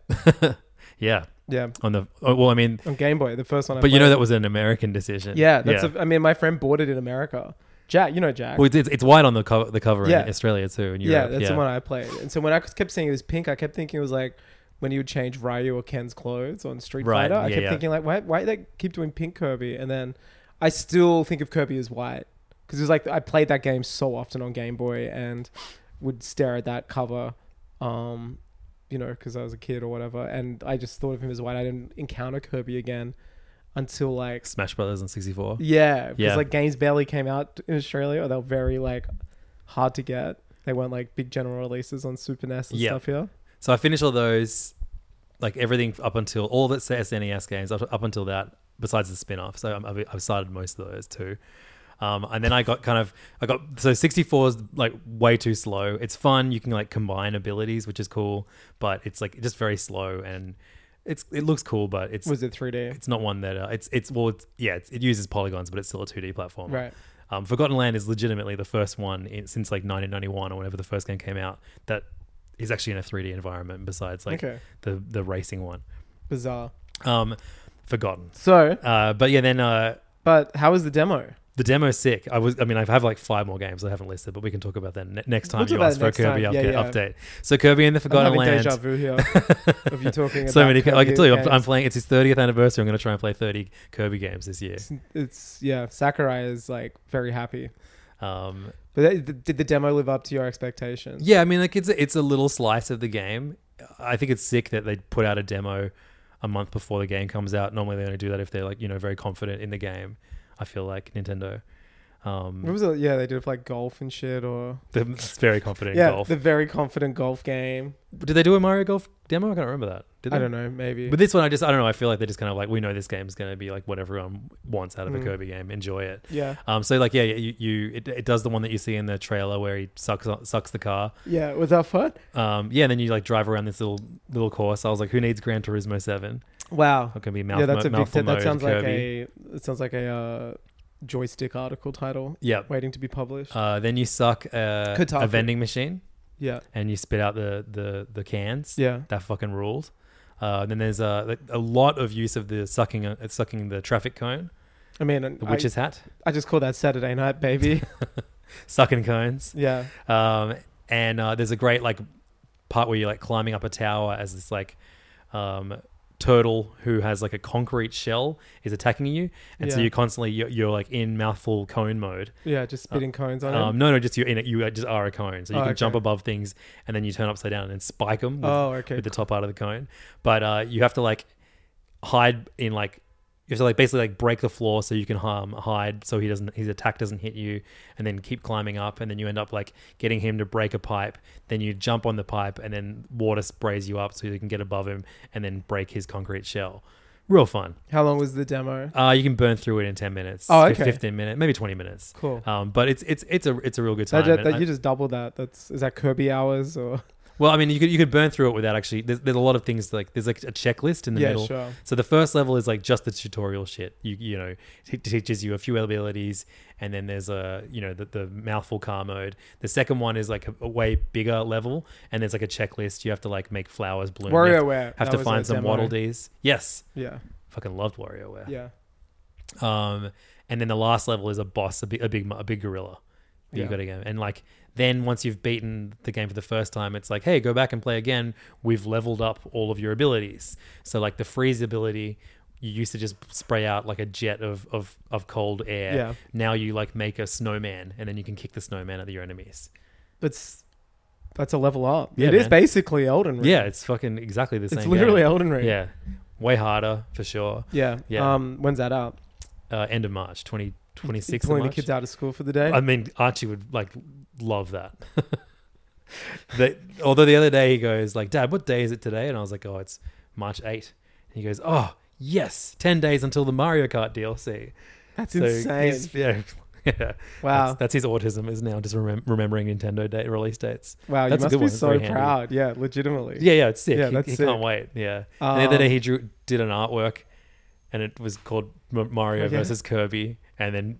yeah,
Yeah,
on the oh, well, I mean,
on Game Boy, the first one. I
but you know
played.
that was an American decision.
Yeah, that's. a- I mean, my friend bought it in America. Jack, you know Jack.
well, it's, it's white on the cover, the cover
Yeah.
in Australia too, in
yeah,
Europe.
that's the one I played. And so when I kept seeing it was pink, I kept thinking it was like when he would change Ryu or Ken's clothes on Street
Right,
Fighter. I
yeah,
kept
yeah.
thinking like, why, why they keep doing pink Kirby? And then I still think of Kirby as white because it was like I played that game so often on Game Boy and would stare at that cover, um, you know, because I was a kid or whatever, and I just thought of him as white. I didn't encounter Kirby again until like
Smash Brothers in '64.
yeah, because
Yeah.
like games barely came out in Australia, or they were very like hard to get. They weren't like big general releases on Super NES and
Yeah.
stuff here.
So I finished all those, like everything up until all the SNES games up, up until that, besides the spin off. So I'm- I've, I've started most of those too. Um, and then I got kind of, I got, so 64 is like way too slow. It's fun. You can like combine abilities, which is cool, but it's like just very slow and it's, it looks cool, but it's,
Was it 3D?
it's not one that, uh, it's, it's, well, it's, yeah, it's, it uses polygons, but it's still a 2D platform.
Right.
Um, Forgotten Land is legitimately the first one in, since like 1991 or whenever the first game came out that is actually in a 3D environment besides like
Okay.
the the racing one.
Bizarre.
Um, Forgotten.
So,
Uh, but yeah, then uh,
but how was the demo?
the demo's sick. I was, I mean, I have like five more games I haven't listed, but we can talk about that ne- next time
We'll talk
you
about
ask
it
for a
next
Kirby
time. Yeah,
update,
yeah.
update. So Kirby and the
I'm
Forgotten
having
Land.
deja vu here of you talking
So
about
many.
Kirby
I can tell you, I'm, I'm
games.
playing. It's his 30th anniversary. I'm going to try and play 30 Kirby games this year.
It's yeah, Sakurai is like very happy.
Um,
But that- th- did the demo live up to your expectations?
Yeah, I mean, like it's a, it's a little slice of the game. I think it's sick that they put out a demo a month before the game comes out. Normally, they only do that if they're like you know very confident in the game. I feel like Nintendo,
What
um,
was it? Yeah, they did like golf and shit, or
they're very confident
yeah,
in golf.
the very confident golf game.
Did they do a Mario Golf demo? I can't remember that. Did they?
I don't know, maybe.
But this one, I just I don't know. I feel like they're just kind of like we know this game's going to be like what everyone wants out of a
Mm.
Kirby game. Enjoy it.
yeah,
Um, so like yeah, yeah, you, you it, it does the one that you see in the trailer where he sucks sucks the car.
yeah, was that fun?
Um, yeah, and then you like drive around this little little course. I was like, who needs Gran Turismo Seven?
Wow,
It can be mouth.
yeah, that's a big.
mouthful
That, that
mode,
sounds like
Kirby.
a. It sounds like a uh, joystick article title
Yep.
waiting to be published.
Uh, then you suck a, a
Kotaku.
vending machine
yeah,
and you spit out the the the cans.
yeah.
That fucking ruled. Uh, then there's a a lot of use of the sucking uh, sucking the traffic cone,
I mean, and
the
I,
witch's hat,
I just call that Saturday night, baby.
sucking cones.
yeah,
Um, and uh, there's a great like part where you're like climbing up a tower as this like um, turtle who has like a concrete shell is attacking you, and so
Yeah.
you're constantly you're, you're like in mouthful cone mode.
yeah. Just spitting cones on
Um,
it.
no, no, just you're in it. You are- just are a cone, so you
Oh,
can
okay.
jump above things, and then you turn upside down and spike them with,
Oh, okay.
with the top part of the cone. But uh, you have to like hide in like you have to like basically like break the floor so you can um, hide so he doesn't his attack doesn't hit you, and then keep climbing up, and then you end up like getting him to break a pipe. Then you jump on the pipe, and then water sprays you up so you can get above him, and then break his concrete shell. Real fun.
How long was the demo?
Uh, you can burn through it in ten minutes.
Oh,
fif-
okay.
Fifteen minutes, maybe twenty minutes.
Cool.
Um, but it's it's it's a it's a real good
That,
time.
ju-
and
that,
I-
you just double that. That's is that Kirby hours or
well, I mean, you could you could burn through it without actually. There's, there's a lot of things like there's like a checklist in the
yeah,
middle.
sure.
So the first level is like just the tutorial shit. You you know it teaches you a few abilities, and then there's a you know the, the mouthful car mode. The second one is like a, a way bigger level, and there's like a checklist. You have to like make flowers bloom. You have to-
WarioWare
have
that
to
was
find
a
some
demo.
waddle dees. Yes,
Yeah,
fucking loved WarioWare.
yeah.
Um, and then the last level is a boss, a big, a big, a big gorilla. that You
Yeah.
got to go, and like then once you've beaten the game for the first time, it's like, hey, go back and play again. We've leveled up all of your abilities. So like the freeze ability, you used to just spray out like a jet of of, of cold air.
Yeah.
Now you like make a snowman, and then you can kick the snowman at your enemies.
But s- that's a level up.
Yeah,
it is
man.
basically Elden Ring.
Yeah, it's fucking exactly the same.
it's literally
game.
Elden Ring.
yeah, way harder for sure.
yeah,
Yeah.
Um, when's that up?
Uh, end of March, twenty twenty
You
six.
pulling the kids out of school for the day.
I mean, Archie would like love that. that although the other day he goes like, "Dad, what day is it today?" And I was like, "Oh, it's March 8." And he goes, "Oh, yes, ten days until the Mario Kart DLC."
that's
So
insane.
he's- yeah, yeah.
Wow,
That's, that's his autism is now just remem- remembering Nintendo date release dates.
wow, you
that's a
must
good
be
one. It's
so
very handy.
proud. Yeah, legitimately.
Yeah, yeah, it's sick.
Yeah,
he
that's
he
sick.
can't wait. Yeah. and the other
Um,
day he drew did an artwork, and it was called M- Mario
Oh, yeah.
versus Kirby, and then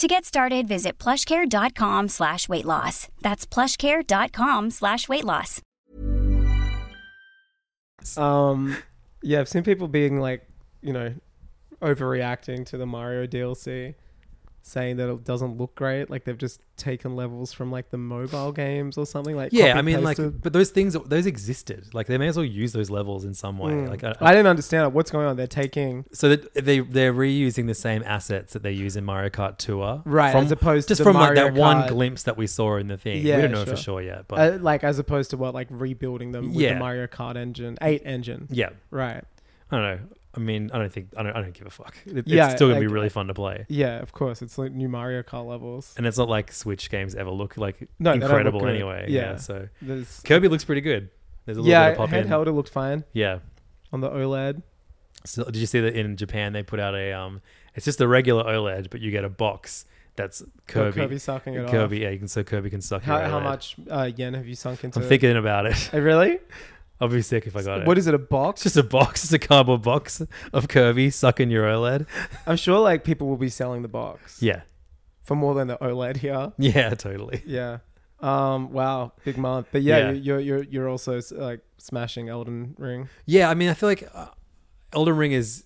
To get started, visit plushcare.com slash weight loss. That's plushcare.com slash weight loss.
Um, yeah, I've seen people being like, you know, overreacting to the Mario DLC, saying that it doesn't look great. Like they've just taken levels from like the mobile games or something. Like
yeah,
copy
I mean,
pasted.
like, but those things those existed. Like, they may as well use those levels in some way.
Mm.
Like, I,
I, didn't understand what's going on. They're taking
so that they they're reusing the same assets that they use in Mario Kart Tour,
Right,
From,
as opposed to
just
the
from like
Mario
that one
Kart-
glimpse that we saw in the thing.
Yeah,
we don't know
sure.
for sure yet, but
uh, like as opposed to what like rebuilding them with
Yeah.
the Mario Kart engine, eight engine,
yeah,
right?
I don't know. I mean, I don't think I don't I don't give a fuck. It-
Yeah,
it's still gonna
like-
be really fun to play,
Yeah, of course. It's like new Mario Kart levels.
and it's not like Switch games ever look like
No, they don't look
incredible
good.
anyway.
Yeah.
Yeah. so
There's
Kirby looks pretty good. There's a little
yeah,
bit of pop in.
handheld. It looked fine
Yeah.
on the E OLED.
So did you see that in Japan they put out a um? It's just the regular OLED, but you get a box that's
Got
Kirby.
Kirby sucking it off.
Kirby, yeah, you can so Kirby can suck
How,
your
how
OLED.
much uh, yen have you sunk into?
I'm thinking about it.
Hey, really?
I'll be sick if I got it.
What is it? A box?
It's just a box. It's a cardboard box of Kirby sucking your OLED.
I'm sure like people will be selling the box
Yeah,
for more than the OLED here.
yeah, totally.
Yeah. Um. Wow. Big month. But
Yeah.
yeah, you're you're you're also like smashing Elden Ring.
Yeah, I mean, I feel like uh, Elden Ring is.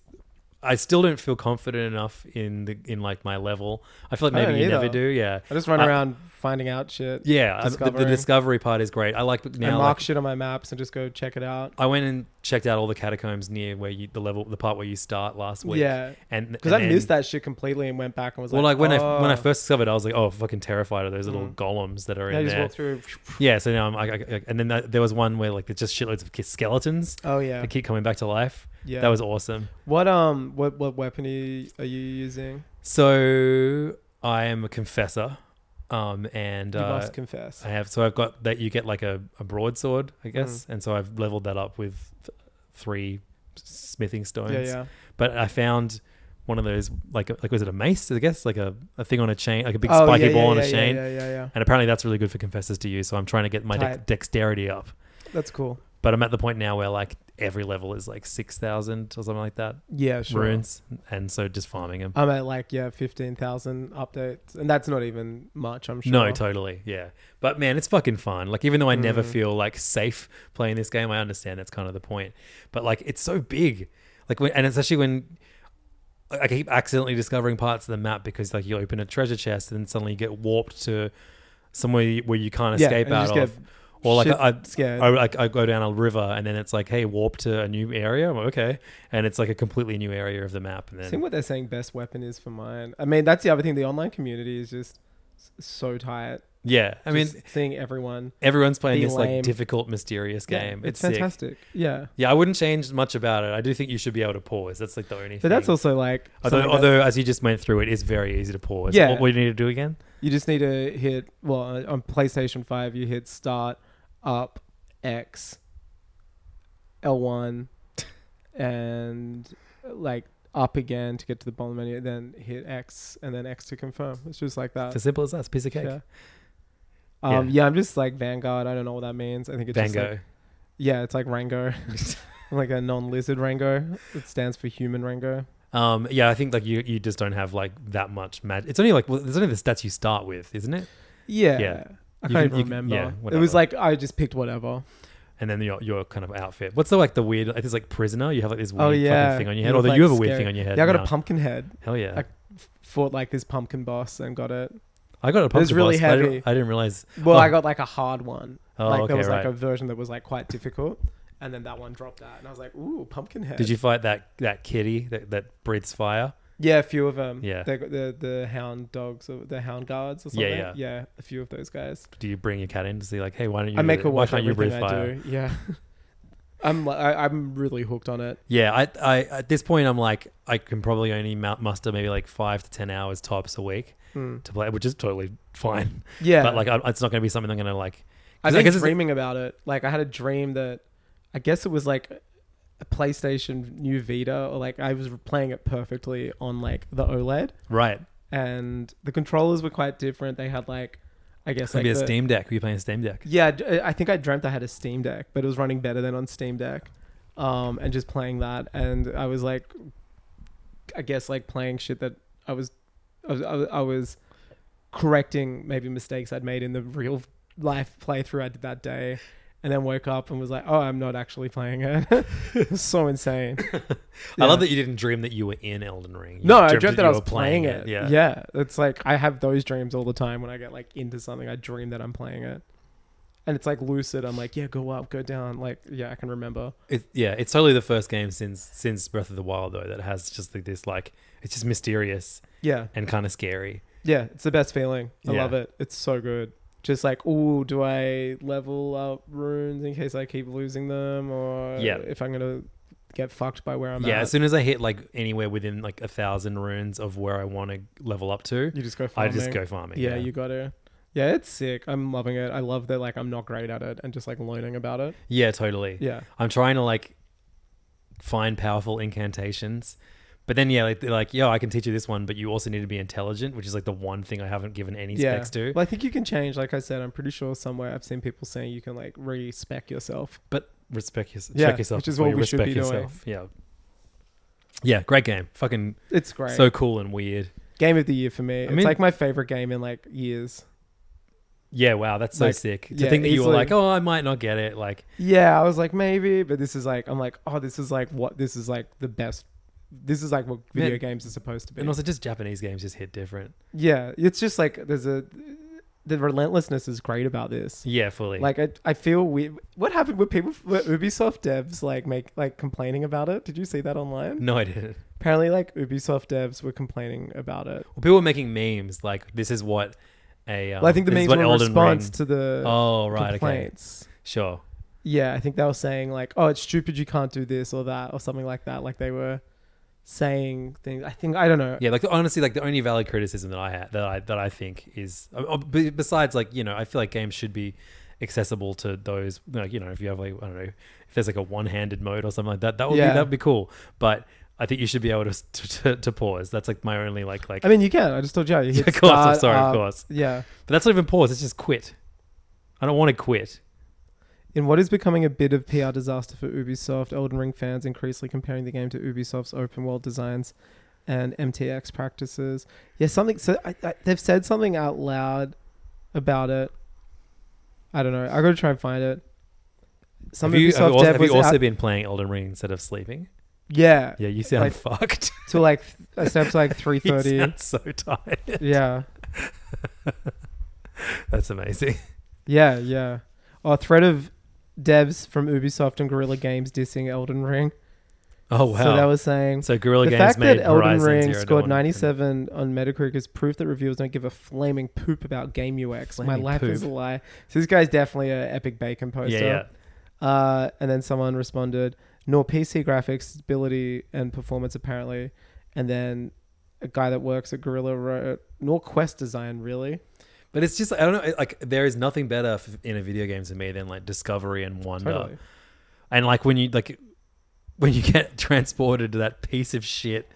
I still don't feel confident enough in the in like my level. I feel like
I don't
maybe you never
either.
do. Yeah,
I just run
I-
around finding out shit.
Yeah, I- the, the
Discovering.
discovery part is great. I like
I
now.
mark
like,
shit on my maps and just go check it out.
I went and checked out all the catacombs near where you the level the part where you start last week.
Yeah.
and
Because I missed that shit completely and went back and was
Well,
like,
like when I when I
"Oh."
first discovered, it, I was like, oh, fucking terrified of those little golems that are
Yeah, I
in
just
there.
walked through.
Yeah, so now I'm like, I, I- and then that, there was one where like there's just shitloads of ki- skeletons
Oh yeah.
that keep coming back to life.
Yeah.
That was awesome.
What um what what weapon are you, are you using?
So I am a confessor, um, and
You
uh,
must confess.
I have so I've got that you get like a, a broadsword, I
Mm.
guess, and so I've leveled that up with th- three smithing stones.
Yeah, yeah.
But I found one of those like like was it a mace? I guess like a, a thing on a chain, like a big
Oh,
spiky
yeah,
ball
yeah,
on a
yeah,
chain.
Yeah, yeah, yeah, yeah.
And apparently that's really good for confessors to use. So I'm trying to get my dex-
Tight.
dexterity up.
That's cool.
But I'm at the point now where like every level is like six thousand or something like that
Yeah, sure.
runes, and so just farming them.
I'm at like yeah, fifteen thousand updates, and that's not even much. I'm sure. Mm.
No, totally. Yeah. But man, it's fucking fun. Like even though I never feel like safe playing this game, I understand that's kind of the point. But like it's so big. Like when and especially when I keep accidentally discovering parts of the map because like you open a treasure chest and suddenly you get warped to somewhere you- where you can't
Yeah,
escape
and you
out
just get
of. Or like
shit
I,
scared.
I like I go down a river and then it's like, hey, warp to a new area. I'm like, okay, and it's like a completely new area of the map. And then
Seeing what they're saying, best weapon is for mine. I mean, that's the other thing. The online community is just s- so tight.
yeah, I mean,
Just seeing everyone.
everyone's playing
be
this
lame.
like difficult, mysterious
Yeah,
game.
it's,
sick.
fantastic. Yeah,
Yeah, I wouldn't change much about it. I do think you should be able to pause. That's like the only
but
thing.
that's also like
although,
something that-
although as you just went through, it is very easy to pause.
Yeah.
What, what do you need to do again?
You just need to hit well uh, on- on PlayStation Five. You hit Start, Up, X, L one, and like up again to get to the bottom menu. Then hit X and then X to confirm. It's just like that.
It's as simple as that. It's a piece of cake.
Yeah. Um,
Yeah.
yeah. I'm just like Vanguard. I don't know what that means. I think it's just
Vango.
like, yeah, it's like Rango, like a non-lizard Rango. It stands for human Rango.
um, yeah, I think like you, you just don't have like that much magic. It's only like well, there's only the stats you start with, isn't it?
Yeah,
Yeah.
I
You
can't
can-
even
you can-
remember.
yeah,
it
whatever.
was like I just picked whatever.
And then your your kind of outfit. What's the like the weird? Like, it's like prisoner. You have like this weird
oh yeah,
fucking thing on
It
your head.
was,
Although
like,
you have a weird
scary.
thing on your head.
Yeah, I got
now.
a pumpkin head.
Hell yeah.
I- fought like this pumpkin boss and got it.
I, got a pumpkin.
really
boss, but I didn't-
heavy.
I, didn't realize.
Well,
Oh.
I got like a hard one.
Oh,
like
okay,
there was like
right.
a version that was like quite difficult, and then that one dropped out, and I was like, "Ooh, pumpkin head."
Did you fight that that kitty that, that breathes fire?
Yeah, a few of them.
Yeah.
they got the the hound dogs or the hound guards or
Yeah,
something.
yeah.
a few of those guys.
Do you bring your cat in to see like, hey, why don't you?
I make her
why
watch
can't you
everything
breathe
I
fire?
do. Yeah, I'm li- I, I'm really hooked on it.
Yeah, I, I at this point I'm like I can probably only mu- muster maybe like five to ten hours tops a week to play, which is totally fine.
Hmm. Yeah,
but like I, it's not going to be something I'm going to like. 'cause
I've been
guess it's-
dreaming about it. Like I had a dream that I guess it was like a PlayStation new Vita or like I was playing it perfectly on like the OLED
right.
and the controllers were quite different. They had like I guess
It's going to
like
be a
the-
Steam Deck. Are you playing a Steam Deck?
Yeah, d- uh, I think I dreamt I had a Steam Deck, but it was running better than on Steam Deck. Um and just playing that and I was like I guess like playing shit that I was I was, I was, I was correcting maybe mistakes I'd made in the real life playthrough I did that day, and then woke up and was like, "Oh, I'm not actually playing it." it was so insane.
I love that you didn't dream that you were in Elden Ring. You
no, I
dreamt
dreamt that I
you
was
were
playing it.
Yeah.
yeah. It's like I have those dreams all the time when I get like into something. I dream that I'm playing it, and it's like lucid. I'm like, "Yeah, go up, go down." Like, yeah, I can remember.
It, yeah, it's totally the first game since since Breath of the Wild though that has just like this like it's just mysterious
Yeah,
and kind of scary.
Yeah, it's the best feeling. I
Yeah.
love it. It's so good. Just like, oh, do I level up runes in case I keep losing them, or
Yeah.
if I'm gonna get fucked by where I'm
yeah,
at?
as soon as I hit like anywhere within like a thousand runes of where I want to level up to,
you just go.
I
Farming.
just go farming.
Yeah, you got to. Yeah, it's sick. I'm loving it. I love that. Like, I'm not great at it, and just like learning about it.
Yeah, totally.
Yeah.
I'm trying to like find powerful incantations. But then yeah, like they're like, yo, I can teach you this one, but you also need to be intelligent, which is like the one thing I haven't given any
yeah.
specs to.
Well, I think you can change. Like I said, I'm pretty sure somewhere I've seen people saying you can like re-spec yourself.
but respect yourself.
Yeah,
check yourself.
which is
before
what
you
we should
respect
be doing.
Yeah. Yeah, great game. Fucking
It's great.
so cool and weird.
game of the year for me.
mean-
it's like my favorite game in like years.
Yeah, wow, that's so
Like,
sick. To
yeah,
think that you were
easily.
like, oh, I might not get it. Like,
Yeah, I was like maybe, but this is like I'm like oh this is like what this is like the best. This is like what video
Man.
games are supposed to be.
and also just Japanese games just hit different.
yeah, it's just like there's a the relentlessness is great about this.
Yeah, fully.
Like I, I feel we what happened with people were Ubisoft devs like make like complaining about it. Did you see that online?
no, I didn't.
Apparently like Ubisoft devs were complaining about it.
Well, people were making memes like this is what a. Um,
Well, I think the
this is
main
what Elden
response
Ring-
to the
Oh right, okay.
complaints.
Sure.
yeah, I think they were saying like, "Oh, it's stupid. You can't do this or that or something like that." Like they were saying things. I think I don't know.
Yeah, like honestly, like the only valid criticism that I had that I that I think is uh, uh, be- besides like you know I feel like games should be accessible to those like you know if you have like I don't know if there's like a one-handed mode or something like that that would
Yeah.
be that would be cool, but I think you should be able to s- to, to, to pause. That's like my only like like.
I mean, you can. I just told you. how You hit
Of course, I'm
start,
sorry, of
uh,
course.
Yeah.
but that's not even pause. It's just quit. I don't want to quit.
In what is becoming a bit of PR disaster for Ubisoft, Elden Ring fans increasingly comparing the game to Ubisoft's open world designs and MTX practices. Yeah, something. So I, I, they've said something out loud about it. I don't know. I gotta try and find it. Some
have you, have
Ubisoft
you also,
dev
have
was
you also
out-
been playing Elden Ring instead of sleeping?
yeah,
Yeah, you sound
Like-
fucked.
till like th- I slept till like three
you
thirty.
sound so tired.
Yeah,
That's amazing.
yeah, yeah. Oh, threat of devs from Ubisoft and Guerrilla Games dissing Elden Ring.
Oh wow.
So that was saying
So Guerrilla
the
Games
fact
made
that Elden
Horizon
Ring
Zero
scored
Dawn.
97 on Metacritic is proof that reviewers don't give a flaming poop about game UX.
Flaming
My life is a
poop.
lie. So this guy's definitely a epic bacon
Yeah,
poster.
yeah.
Uh, and then someone responded, "Nor PC graphics, stability, and performance apparently." And then a guy that works at Gorilla wrote, "Nor quest design really."
But it's just I don't know. it- Like there is nothing better f- in a video game to me than like discovery and wonder,
Totally.
and like when you like when you get transported to that piece of shit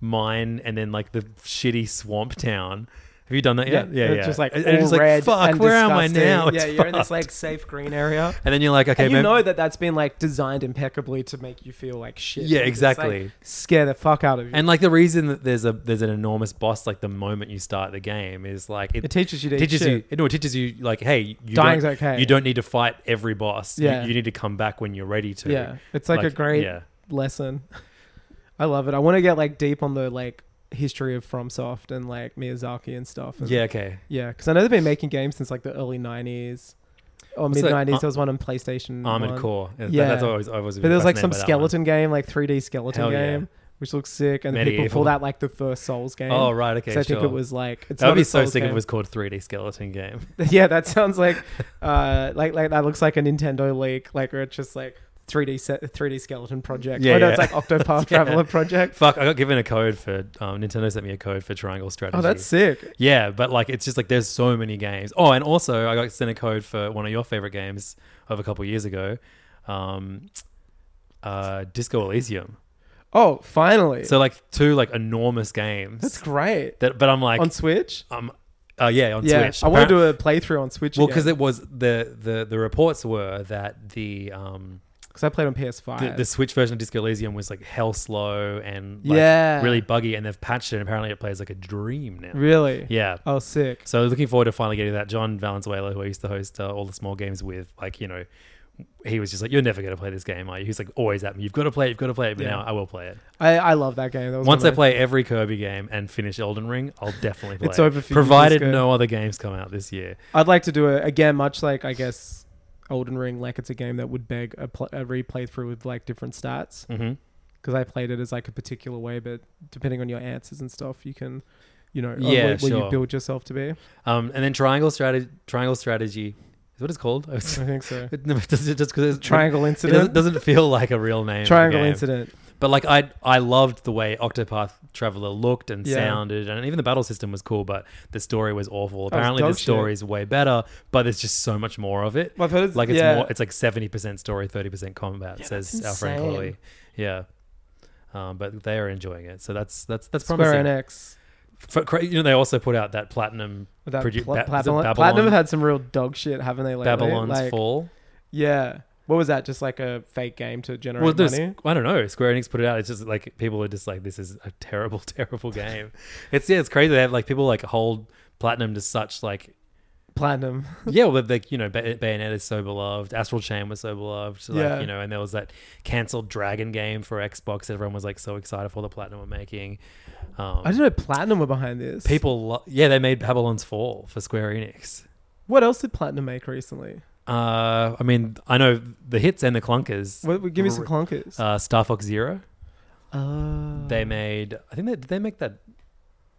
mine, and then like the shitty swamp town. Have you done that yet? Yeah, yeah.
Just like
And- and
all
it's
red
fuck.
and
where am I
disgusting.
now?
Yeah,
It's
you're in this
fucked.
like safe green area.
and then you're like, okay,
and you
maybe-
know that that's been like designed impeccably to make you feel like shit.
Yeah,
Like, it's,
exactly.
like, scare the fuck out of you.
and like the reason that there's a there's an enormous boss like the moment you start the game is like
It teaches you to eat
teaches you
shit.
it, no, it teaches you like hey you
Dying's
don't,
okay.
you don't need to fight every boss You-
Yeah.
you, need to come back when you're ready to
yeah, it's like, a great
yeah
lesson. I love it. I want to get like deep on the like history of FromSoft and like Miyazaki and stuff. And,
yeah okay
yeah, because I know they've been making games since like the early '90s or
What's
mid
that?
'90s.
Ar-
there was one on PlayStation.
uh, Armored
one.
Core yeah,
Yeah.
yeah. that's always I was
But there was like
fascinated
some
by that one.
skeleton game, like 3D skeleton
Hell yeah.
game, which looks sick, and people
Medieval.
call that like the first Souls game.
oh right okay
so I think
sure.
it was like it's
that would
not
be
a
so
Souls
sick if
game.
it was called 3D skeleton game
Yeah, that sounds like uh like like that looks like a Nintendo leak, like where it's just like 3D set 3D skeleton project.
Yeah,
oh, no,
yeah.
it's like Octopath
Yeah.
Traveler project.
fuck I got given a code for um, Nintendo sent me a code for Triangle Strategy
Oh, that's sick.
Yeah, but like it's just like there's so many games. Oh, and also I got sent a code for one of your favorite games of a couple years ago, um, uh, Disco Elysium.
Oh, finally.
So like two like enormous games.
that's great.
that, but I'm like,
on Switch?
um, uh, yeah, on
yeah.
Switch.
I want to
Apparent-
do a playthrough on Switch.
well because it was the the the reports were that the um
cuz I played on PS5.
the, the Switch version of Disco Elysium was like hell slow and like,
Yeah.
really buggy, and they've patched it. and Apparently, it plays like a dream now.
really?
Yeah.
Oh, sick.
So looking forward to finally getting that. John Valenzuela, who I used to host uh, all the small games with, like you know, he was just like, "You're never going to play this game, are you?" He's like always at me, "You've got to play it, you've got to play it." But
Yeah.
now I will play it.
I I love that game. That was
Once
one
I
of my-
play every Kirby game and finish Elden Ring, I'll definitely play.
It's
it,
over for you,
provided
Disco.
no other games come out this year.
I'd like to do it again much like I guess Elden Ring like it's a game that would beg a, pl- a replay through with like different stats.
hmm
because I played it as like a particular way, but depending on your answers and stuff, you can, you know,
Yeah,
where, you
sure.
build yourself to be.
Um, and then Triangle Strategy, Triangle Strategy is what it's called. I was-
I think so.
it never- does it just because
Triangle
It doesn't,
incident.
doesn't feel like a real name. of the
Triangle
game.
incident.
But like I I loved the way Octopath Traveler looked and
Yeah.
sounded and even the battle system was cool, but the story was awful.
was
Apparently
dog
the story is way better, but there's just so much more of it.
Well, I've heard it's-
like it's
yeah.
more it's like seventy percent story, thirty percent combat, says our friend
insane.
Chloe. Yeah. Um, but they are enjoying it, so that's that's that's
Square
promising.
Enix.
For, cra- you know, they also put out that platinum
That
produ-
pla-
Ba- is it
platinum,
Babylon,
platinum have had some real dog shit, haven't they? Lately?
Babylon's
like,
Fall.
Yeah. What was that? Just like a fake game to generate
Well, there's,
money.
I don't know. Square Enix put it out. It's just like people are just like, this is a terrible, terrible game. It's yeah, it's crazy. They have like people like hold platinum to such like
Platinum.
yeah, well, like you know, Bay- Bayonetta is so beloved. Astral Chain was so beloved. so, like
Yeah.
you know, and there was that cancelled Dragon game for Xbox. Everyone was like so excited for the platinum we're making. Um,
I didn't know Platinum were behind this.
people, lo- yeah, they made Babylon's Fall for Square Enix.
What else did Platinum make recently?
Uh, I mean, I know the hits and the clunkers.
What, give me some clunkers.
Uh, Star Fox Zero.
Oh.
They made. I think they did they make that.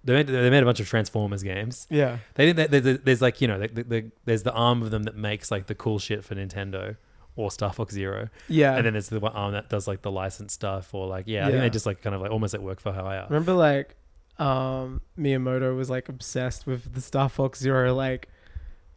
They made, they made a bunch of Transformers games.
yeah.
They did. They, they, there's like you know, the, the, the, there's the arm of them that makes like the cool shit for Nintendo or Star Fox Zero.
Yeah.
And then there's the one arm that does like the license stuff or like yeah, I think
Yeah.
they just like kind of like almost like work for hire.
Remember, like, um, Miyamoto was like obsessed with the Star Fox Zero, like,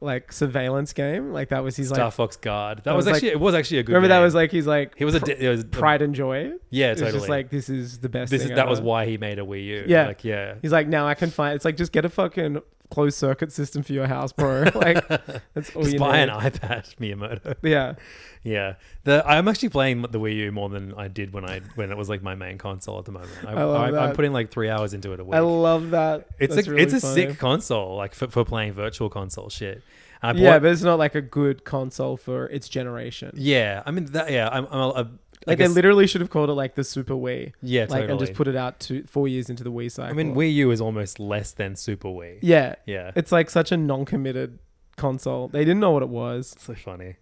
like surveillance game. Like that was his
Star
like.
Fox Guard. That
that
was,
was,
actually
like-
it was actually a good.
Remember that
game.
was like he's like
he was a
pr-
di- it was
pride and joy.
Yeah,
It's
totally.
just like this is the best.
this is
thing
that
ever.
was why he made a Wii U.
Yeah.
like yeah,
He's like, now I can find. It's like just get a fucking closed circuit system for your house, bro. like that's all
just
you
buy
need.
an iPad, Miyamoto.
Yeah,
Yeah, the I'm actually playing the Wii U more than I did when I when it was like my main console at the moment. I,
I love
am
that.
putting like three hours into it a week.
I love that.
it's
That's
a
really
it's a
funny.
sick console like for, for playing virtual console shit. I bought,
Yeah, but it's not like a good console for its generation.
yeah, I mean that yeah, I'm, I'm a, a, I
Like
guess,
they literally should have called it like the Super Wii.
Yeah,
like and
totally.
just put it out to four years into the Wii
I
cycle.
mean Wii U is almost less than Super Wii.
Yeah,
Yeah.
It's like such a non-committed console. They didn't know what it was.
So funny.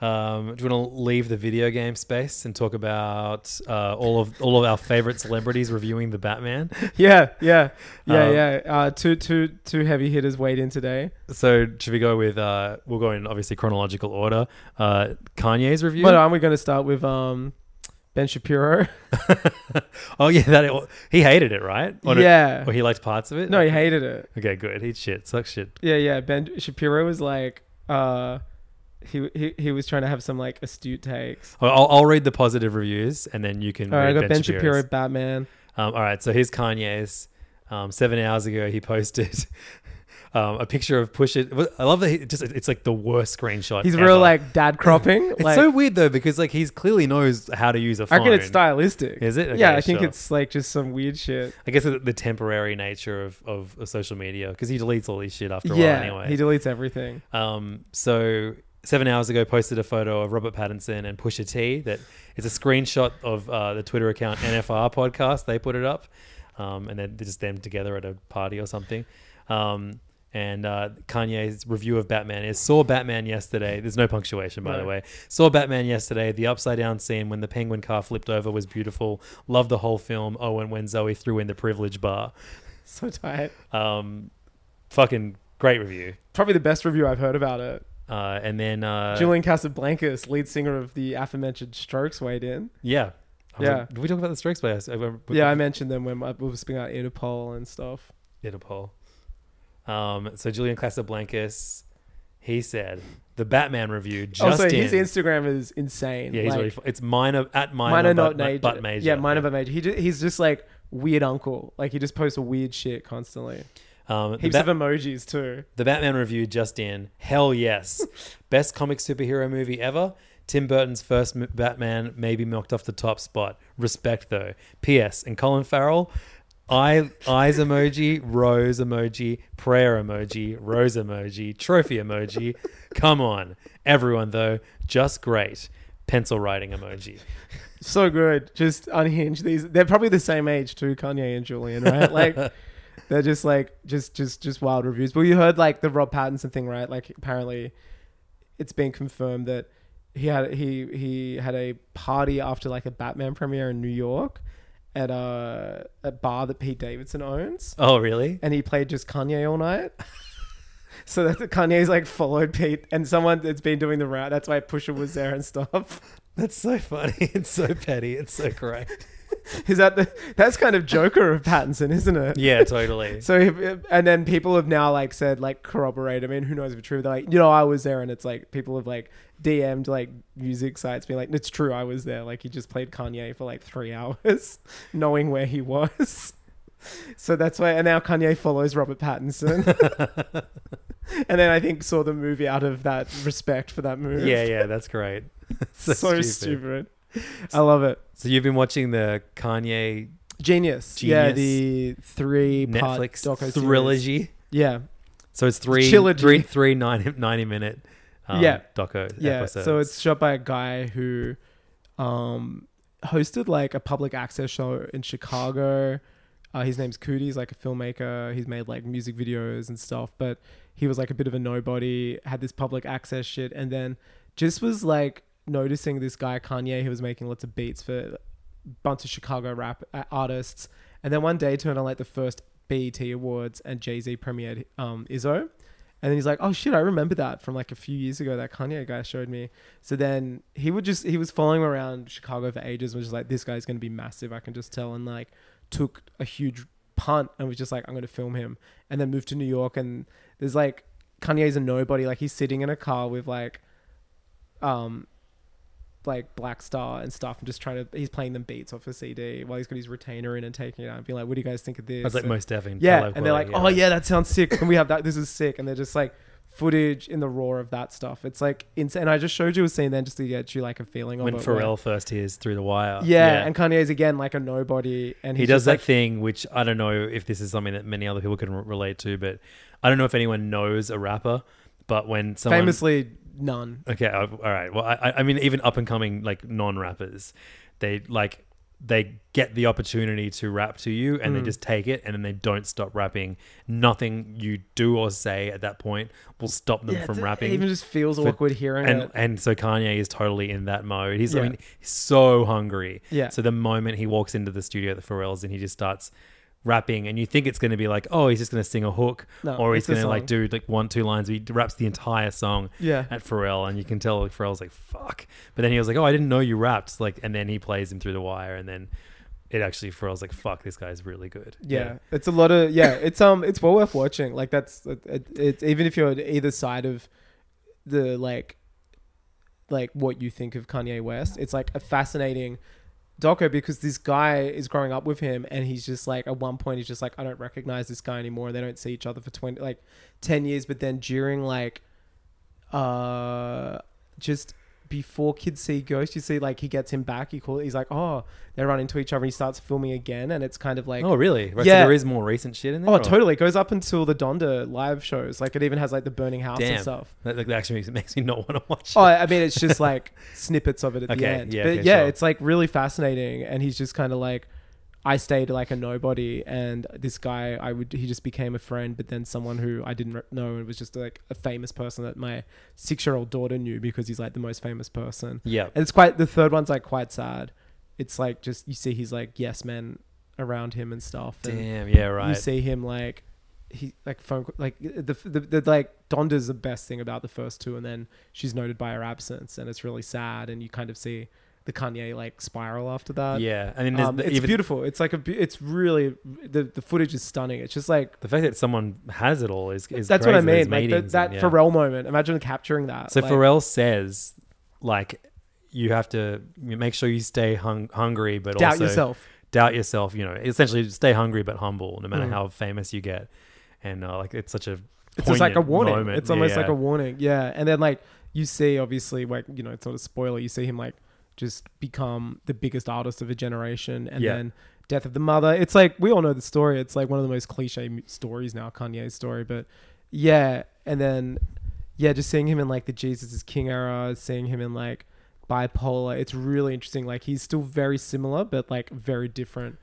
Um, do you want to leave the video game space and talk about uh, all of all of our favorite celebrities reviewing the Batman?
Yeah, yeah, yeah,
Um,
yeah. Uh, two, two, two heavy hitters weighed in today.
So should we go with? Uh, we'll go in obviously chronological order. Uh, Kanye's review.
But aren't we going to start with um, Ben Shapiro?
oh yeah, that he hated it, right? Or Oh, no-
Yeah.
or he liked parts of it.
No, he hated it.
Okay, good. He shit sucks shit.
Yeah, yeah. Ben Shapiro was like, uh, he he, he was trying to have some like astute takes.
I'll, I'll- I'll read the positive reviews and then you can.
All right, I
read
got Ben
Shapiro's.
Shapiro, Batman.
Um, all right, so here's Kanye's. Um, seven hours ago, he posted um, a picture of Push It. I love that he, it just it's like the worst screenshot.
He's
ever.
real like dad cropping.
It's
like,
so weird though because like he's clearly knows how to use a
I
phone.
reckon it's stylistic.
Is it?
yeah,
Okay,
I think
sure.
it's like just some weird shit.
I guess the, the temporary nature of, of, of social media because he deletes all this shit after a
yeah,
while anyway.
he deletes everything.
Um, so seven hours ago, posted a photo of Robert Pattinson and Pusha T. That it's a screenshot of uh, the Twitter account NFR Podcast. They put it up, um, and then just them together at a party or something. Um, and uh, Kanye's review of Batman is saw Batman yesterday. There's no punctuation, by the way. Saw Batman yesterday. The upside down scene when the penguin car flipped over was beautiful. Loved the whole film. Oh, and when Zoe threw in the privilege bar,
So tight.
um, fucking great review.
Probably the best review I've heard about it.
Uh, and then uh,
Julian Casablancas, lead singer of the aforementioned Strokes, weighed in.
Yeah. I was
Yeah.
Like, Did we talk about the strikes players? I remember-
yeah, I mentioned them when I- we were speaking about Interpol and stuff.
did a poll. Um, so Julian Casablancas, he said the Batman review just
also,
in.
Oh, his Instagram is insane.
yeah, he's
like,
really. fu- It's minor at minor, but,
minor, not
ma-
major.
but major.
Yeah, minor but major. He just, he's just like weird uncle. Like he just posts weird shit constantly.
Um, the,
Heaps
Bat-
of emojis too.
the Batman review just in. Hell yes, best comic superhero movie ever. Tim Burton's first m- Batman maybe knocked off the top spot. Respect though. P.S. and Colin Farrell. Eye, eyes emoji, rose emoji, prayer emoji, rose emoji, trophy emoji. Come on. Everyone, though, just great. Pencil writing emoji.
So good. Just unhinged. These they're probably the same age too, Kanye and Julian, right? Like they're just like just just just wild reviews. But you heard like the Rob Pattinson thing, right? Like apparently it's been confirmed that he had he he had a party after like a Batman premiere in New York at a, a bar that Pete Davidson owns.
Oh, really?
and he played just Kanye all night. so that's Kanye's like followed Pete and someone that's been doing the route. That's why Pusha was there and stuff.
That's so funny. It's so petty. It's so great.
Is that the that's kind of Joker of Pattinson, isn't it?
Yeah, totally.
So if, and then people have now like said like corroborate. I mean, who knows if it's true? They're like, you know, I was there, and it's like people have like DM'd like music sites being like, it's true, I was there. Like he just played Kanye for like three hours, knowing where he was. So that's why, and now Kanye follows Robert Pattinson. and then I think saw the movie out of that respect for that movie.
yeah, yeah, that's great.
so, stupid. I love it.
So you've been watching the Kanye
Genius. Yeah,
Genius.
the three part
Netflix
docu
trilogy.
Yeah,
So it's three,
Trilogy.
three, three 90, 90 minute um,
Yeah.
doco
yeah
episodes.
so it's shot by a guy who um hosted like a public access show in chicago uh, his name's Cootie. He's like a filmmaker. He's made like music videos and stuff, but he was like a bit of a nobody, had this public access shit, and then just was like noticing this guy, Kanye, who was making lots of beats for a bunch of Chicago rap uh, artists. E And then one day turned on like the first BET Awards and Jay Z premiered um, Izzo. And then he's like, "Oh shit, I remember that from like a few years ago. That Kanye guy showed me." So then he would just he was following around Chicago for ages, and was just like, "This guy's gonna be massive. I can just tell." And like took a huge punt and was just like, "I'm gonna film him." And then moved to New York, and there's like Kanye's a nobody. Like he's sitting in a car with like, um, like Black Star and stuff, and just trying to he's playing them beats off a CD while he's got his retainer in and taking it out and being like, "What do you guys think of this?"
That's like
And-
most deafing.
yeah,
fellow
and they're like,
quality,
"Oh yeah, that sounds sick. Can we have that? This is sick." And they're just like footage in the roar of that stuff. It's like insane. And I just showed you a scene then just to get you like a feeling of
When
it, where-
Pharrell first hears through the wire.
yeah, and Kanye's again like a nobody, and
he
he's
does
just
that
like,
thing which I don't know if this is something that many other people can r- relate to, but I don't know if anyone knows a rapper. But when someone
famously none.
Okay, I- all right. Well, I, I- I mean, even up and coming like non rappers, they like they get the opportunity to rap to you, and they just take it, and then they don't stop rapping. Nothing you do or say at that point will stop them from rapping.
it even just feels
for-
awkward hearing
and,
it.
And so Kanye is totally in that mode. He's I
Yeah.
mean, he's so hungry.
Yeah.
So the moment he walks into the studio at the Pharrells and he just starts rapping and you think it's going to be like oh he's just going to sing a hook
No,
or he's
it's a
going to like
song.
do like one two lines he raps the entire song
Yeah.
at Pharrell and you can tell like Pharrell's like fuck but then he was like oh I didn't know you rapped like and then he plays him through the wire and then it actually Pharrell's like fuck this guy's really good
Yeah, it's a lot of yeah. It's um, it's well worth watching. Like that's it, it, it's even if you're on either side of the like, like what you think of Kanye West, it's like a fascinating doco because this guy is growing up with him, and he's just like at one point he's just like I don't recognize this guy anymore. They don't see each other for twenty like ten years, but then during like, uh, just. Before kids see ghosts, you see like he gets him back. He call he's like, oh, they run into each other. and He starts filming again, and it's kind of like,
oh really right,
Yeah.
so there is more recent shit in there
Oh,
or-
totally. It goes up until the Donda live shows. Like it even has like the burning house
damn
and stuff.
that, that actually makes, makes me not want to watch
Oh,
it.
I I mean, it's just like snippets of it at
Okay,
the end.
yeah,
but
okay,
yeah,
sure.
it's like really fascinating. And he's just kind of like, I stayed like a nobody, and this guy, I would, he just became a friend, but then someone who I didn't re- know and was just like a famous person that my six year old daughter knew because he's like the most famous person.
yeah
And it's quite the third one's like quite sad. It's like just you see he's like yes men around him and stuff. and-
Damn, yeah, right.
you see him like he like phone like the, the, the like Donda's the best thing about the first two, and then she's noted by her absence, and it's really sad, and you kind of see the Kanye like spiral after that.
yeah, and then there's
um,
the,
it's
even
beautiful. It's like a bu- it's really the the footage is stunning. It's just like
the fact that someone has it all is, is
that's
crazy.
what I
There's
mean. Like the,
meetings
that
and- yeah.
Pharrell moment. Imagine capturing that.
So
like,
Pharrell says, like, you have to make sure you stay hung- hungry, but
doubt
also
yourself.
doubt yourself. You know, essentially stay hungry but humble, no matter
Mm.
how famous you get. And uh, like, it's such a
It's just like a
poignant
warning.
moment.
It's almost
Yeah.
like a warning. Yeah. And then like you see obviously like, you know, it's not a spoiler, you see him like just become the biggest artist of a generation and
Yeah.
then Death of the Mother. It's like we all know the story. It's like one of the most cliche m- stories now, Kanye's story, but yeah, and then yeah, just seeing him in like the Jesus is King era, seeing him in like bipolar. It's really interesting. Like he's still very similar, but like very different.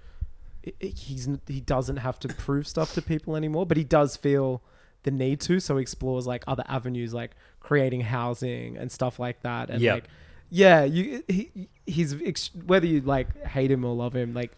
I- I- He's n- he doesn't have to prove stuff to people anymore, but he does feel the need to. So he explores like other avenues, like creating housing and stuff like that. And
Yeah.
like, yeah, you he, he's ex- whether you like hate him or love him, like.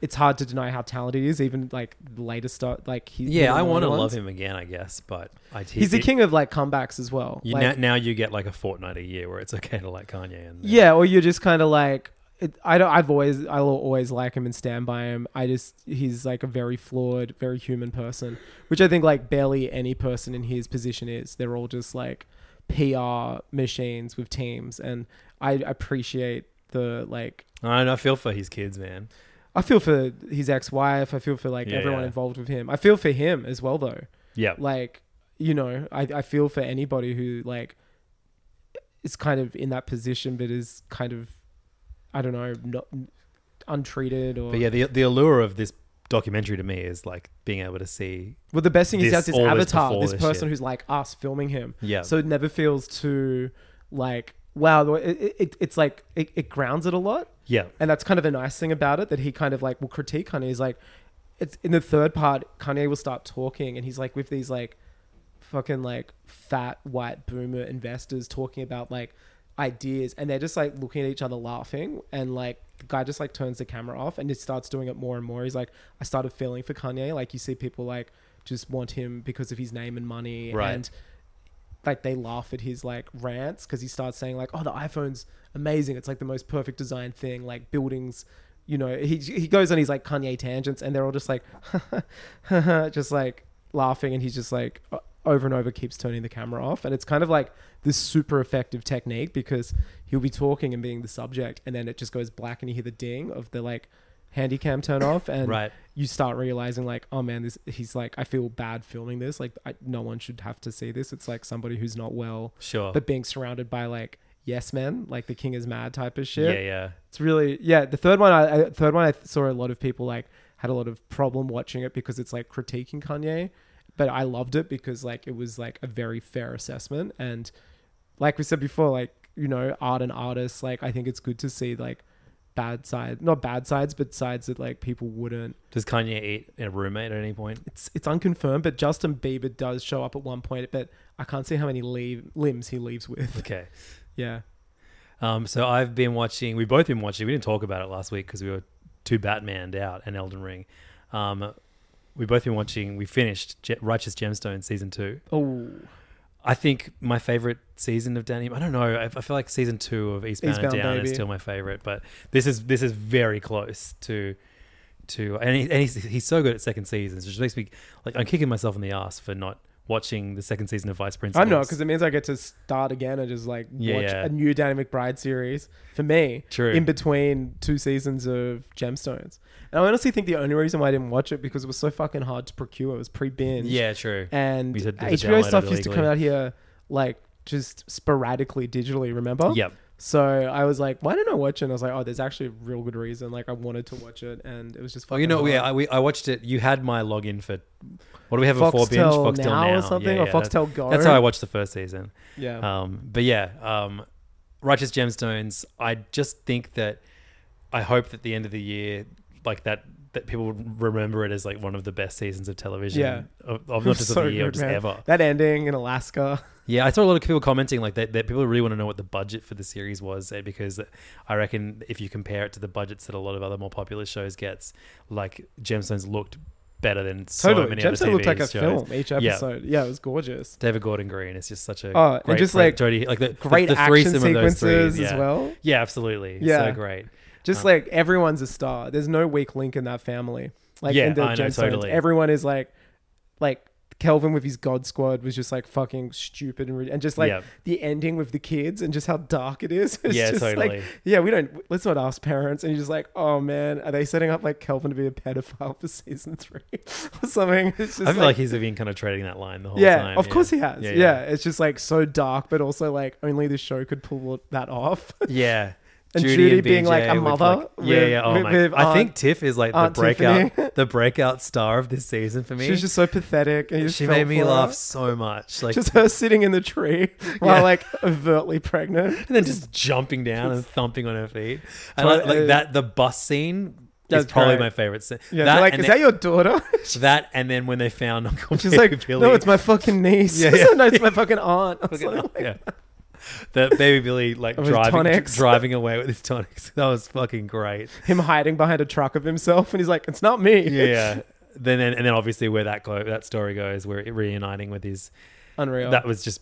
It's hard to deny how talented he is, even like the latest stuff. Like he,
Yeah,
the
I want to
later
love
ones.
him again, I guess, but I, he-
He's the
he-
king of like comebacks as well.
You,
like,
now, now you get like a fortnight a year where it's okay to like Kanye. And
Yeah, or you're just kind of like it, I don't. I've always I'll always like him and stand by him. I just he's like a very flawed, very human person, which I think like barely any person in his position is. They're all just like PR machines with teams, and I appreciate the like.
I, know, I feel for his kids, man.
I feel for his ex-wife. I feel for like
Yeah,
everyone
yeah.
involved with him. I feel for him as well, though
Yeah,
like you know I, I feel for anybody who like is kind of in that position but is kind of i don't know not untreated or
But yeah, the the allure of this documentary to me is like being able to see.
well the best thing is he
this-
has this
all this
avatar
before
this,
this
person
shit.
who's like us filming him
Yeah.
so it never feels too like wow it, it- it, it's like it, it grounds it a lot
Yeah,
And that's kind of a nice thing about it that he kind of like will critique Kanye. He's like, it's in the third part, Kanye will start talking and he's like with these like fucking like fat white boomer investors talking about like ideas and they're just like looking at each other laughing and like the guy just like turns the camera off and it starts doing it more and more. He's like, I started feeling for Kanye. Like you see people like just want him because of his name and money
Right.
and like they laugh at his like rants because he starts saying like oh the iphone's amazing it's like the most perfect design thing like buildings you know he, he goes on his like kanye tangents and they're all just like just like laughing and he's just like o- over and over keeps turning the camera off and it's kind of like this super effective technique because he'll be talking and being the subject and then it just goes black and you hear the ding of the like handy cam turn off and
Right.
you start realizing like oh man this he's like i feel bad filming this like I, no one should have to see this it's like somebody who's not well
Sure.
but being surrounded by like yes men like the king is mad type of shit
Yeah, yeah.
it's really yeah the third one i I- third one i saw a lot of people like had a lot of problem watching it because it's like critiquing kanye but i loved it because like it was like a very fair assessment and like we said before like you know art and artists like i think it's good to see like bad side not bad sides but sides that like people wouldn't
Does Kanye eat a roommate at any point?
it's it's unconfirmed, but Justin Bieber does show up at one point, but I can't see how many leave, limbs he leaves with.
Okay.
Yeah,
Um, so I've been watching. We've both been watching. We didn't talk about it last week because we were too Batmaned out and Elden Ring. Um, we've both been watching. We finished Je- Righteous Gemstone season two.
Oh.
I think my favorite season of Danny. I don't know. I, I feel like season two of Eastbound,
Eastbound,
and Down is
baby.
still my favorite, but this is this is very close to to and, he, and he's he's so good at second seasons, which makes me like I'm kicking myself in the ass for not watching the second season of Vice Principals.
I know because it means I get to start again and just like
Yeah,
watch
yeah.
a new Danny McBride series for me.
True.
In between two seasons of Gemstones, and I honestly think the only reason why I didn't watch it because it was so fucking hard to procure. It was pre binge.
yeah, true.
and
We had- we had to download
HBO stuff
it
used to come
illegally.
out here like just sporadically digitally. Remember?
Yep.
So I was like, why didn't I watch it? And I was like, oh, there's actually a real good reason. Like I wanted to watch it, and it was just.
Oh, you know,
fucking
yeah,
hard.
I, we, I watched it. You had my login for what do we have before binge?
Foxtel
Foxtel
Now
now,
or something, or
that's-
Foxtel Go.
That's how I watched the first season.
Yeah.
Um, but yeah, um, Righteous Gemstones. I just think that I hope that the end of the year, like that, that people would remember it as like one of the best seasons of television.
Yeah.
Of, of not just
So
of the year,
good,
just
man.
ever.
That ending in Alaska.
Yeah, I saw a lot of people commenting like that, that people really want to know what the budget for the series was eh, because I reckon if you compare it to the budgets that a lot of other more popular shows gets, like Gemstones looked better than so
Totally.
many
Gemstone
other TV
looked like a
shows.
film each
Yeah.
episode. Yeah. it was gorgeous.
David Gordon Green is just such a
Oh, and
great
just,
friend-
like,
Jodie- like the, the-
Great
the
action
threesome of those
sequences
threes,
as
yeah.
well.
Yeah, absolutely.
Yeah.
So great.
Just
Uh,
like everyone's a star. There's no weak link in that family. Like
Yeah,
in the
I know,
Gemstones,
totally.
everyone is like, like Kelvin with his God Squad was just like fucking stupid and, re- and just like
Yeah.
the ending with the kids and just how dark it is. It's
Yeah,
just
totally.
Like, yeah, we don't. Let's not ask parents. And you're just like, oh man, are they setting up like Kelvin to be a pedophile for season three or something? It's just
I feel like, he's been kind of trading that line the whole
yeah,
time.
of course he has. Yeah, it's just like so dark, but also like only the show could pull that off.
Yeah.
And Judy being, like,
BJ
a
with,
mother
like- yeah,
with-
yeah. Oh
with-
my.
with
I think
Aunt-
Tiff is like
Aunt
the breakout,
Tiffany.
the breakout star of this season for me.
She was just so pathetic, and you just
she
felt
made me
for her.
laugh so much. Like
Just her sitting in the tree while
Yeah.
like overtly pregnant.
and then just jumping down and thumping on her feet. And like, like
Totally.
that, the bus scene is
That's
probably
great.
my favorite scene.
Yeah, they're like,
and
is
then-
that your daughter?
that and then when they found Uncle
She's like,
Billy.
no, it's my fucking niece.
Yeah, yeah.
no, it's my fucking aunt. I was like,
yeah. That baby Billy like
Of his
driving
tonics.
driving away with his tonics. That was fucking great.
him hiding behind a truck of himself, and he's like, it's not me.
Yeah. then then- and then obviously where that go, that story goes, where it reuniting with his
unreal.
that was just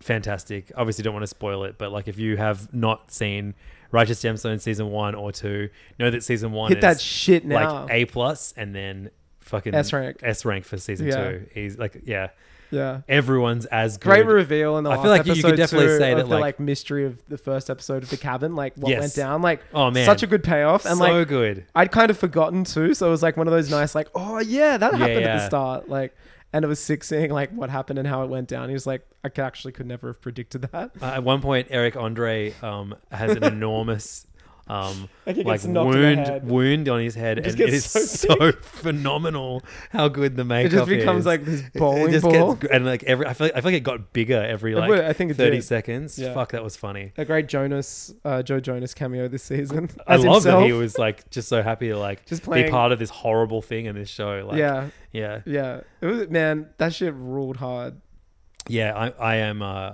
fantastic. Obviously, don't want to spoil it, but like if you have not seen Righteous Gemstone season one or two, know that season one
Hit
is
that shit now.
like A plus, and then fucking
S rank.
S rank for season
Yeah.
two. He's like yeah,
yeah.
everyone's as good.
Great reveal in the
I
last
feel like you- you
episode
could definitely
too,
say
of
that,
the,
like-
like mystery of the first episode of the cabin, like what
Yes.
went down, like
Oh, man.
such a good payoff, and
so
like
good.
I'd kind of forgotten too, so it was like one of those nice like oh yeah that
Yeah,
happened at
yeah.
the start, like and it was sick seeing like what happened and how it went down. He was like I c- actually could never have predicted that.
Uh, at one point, Eric Andre um, has an enormous um,
Like he
like
gets knocked in the
wound
head.
wound on his head, and
just
it is
gets
so,
so
phenomenal how good the
It
makeup
just becomes
is.
like this
It
bowling
just
ball.
gets gr- and like every I feel like, I feel like it got bigger every
It
like
would- I think it
thirty
did.
seconds.
Yeah.
Fuck, that was funny.
a great Jonas, uh, Joe Jonas cameo this season.
I
as
love that he
himself.
was like just so happy to like
Just
be
playing-
part of this horrible thing in this show. Like,
Yeah,
yeah,
yeah. It was man, that shit ruled hard.
yeah. I, I am uh,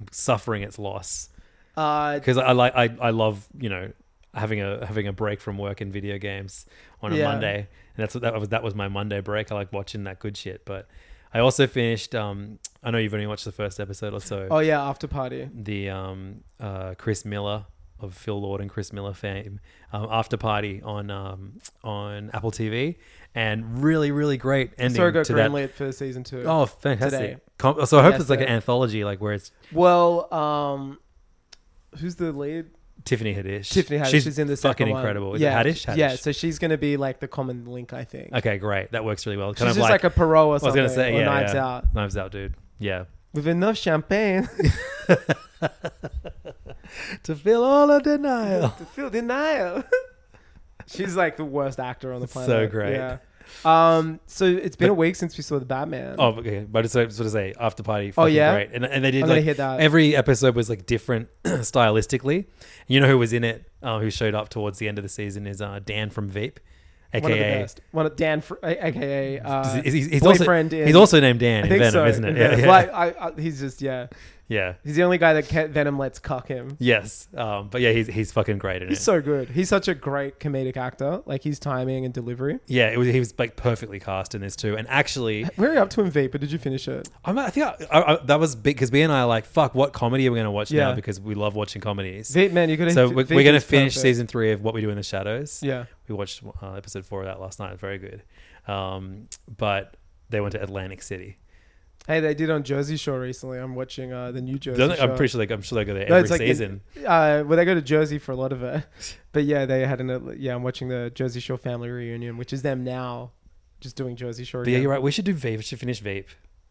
I'm suffering its loss.
Uh,
because I like I, I love you know having a having a break from work and video games on a
Yeah.
Monday and that's what that was. That was my Monday break. I like watching that good shit. But I also finished. Um, I know you've only watched the first episode or so.
Oh yeah, after party.
The um, uh, Chris Miller of Phil Lord and Chris Miller fame, um, After Party on um, on Apple TV, and really really great ending
So got
to that.
greenlit for season two.
Oh, fantastic!
today.
Com- so I hope it's like an
Yesterday.
anthology, like where it's
Well, um, who's the lead?
Tiffany Haddish.
Tiffany Haddish
She's
is in the
fucking
second one.
incredible. Is
yeah,
it Haddish? Haddish?
Yeah, so she's going to be like the common link, I think.
okay, great. That works really well. Kind of
She's just like, a parole or
I was
something.
gonna say
or
yeah,
Knives
yeah.
Out.
Knives out, dude. Yeah.
With enough champagne
To fill all the denial.
to feel denial. she's like the worst actor on the
So
planet.
great.
Yeah. Um, so it's been
But-
a week since we saw the Batman.
Oh, okay. But I just wanted to say after party.
Oh,
Fucking
yeah?
great. And, and they did
I'm gonna
like
hit that.
every episode was like different stylistically. And you know who was in it? Uh, who showed up towards the end of the season is uh, Dan from Veep, aka.
one of the best. One of Dan, Fr- a- aka uh,
He's, he's- he's also,
boyfriend. in-
he's also named Dan
I
in
think
Venom,
so,
isn't it?
in
Yeah,
Venom.
yeah.
Like, I, I, he's just yeah.
yeah.
He's the only guy that ca- Venom lets cuck him.
Yes. Um, but yeah, he's, he's fucking great in
He's
it.
so good. He's such a great comedic actor. Like his timing and delivery.
Yeah, it was, he was like perfectly cast in this too. And actually,
Where are you up to in Vapor? Did you finish it?
I'm, I think I, I, I, that was big because B and I are like, fuck, what comedy are we going to watch now?
Yeah.
Because we love watching comedies.
Vape man, you gotta.
so
fi-
we're,
Vape
we're going to
is
finish
perfect.
season three of What We Do in the Shadows.
Yeah.
We watched uh, episode four of that last night. Very good. Um, but they went to Atlantic City.
Hey, they did on Jersey Shore recently. I'm watching uh, the new Jersey.
Don't they-
Shore.
I'm pretty sure they, I'm sure they go there
No,
every
it's like in-
season.
uh, well, they go to Jersey for a lot of it, but yeah, they had an. Yeah, I'm watching the Jersey Shore family reunion, which is them now, just doing Jersey Shore.
but yeah, you're right. We should do Vape. We should finish Vape.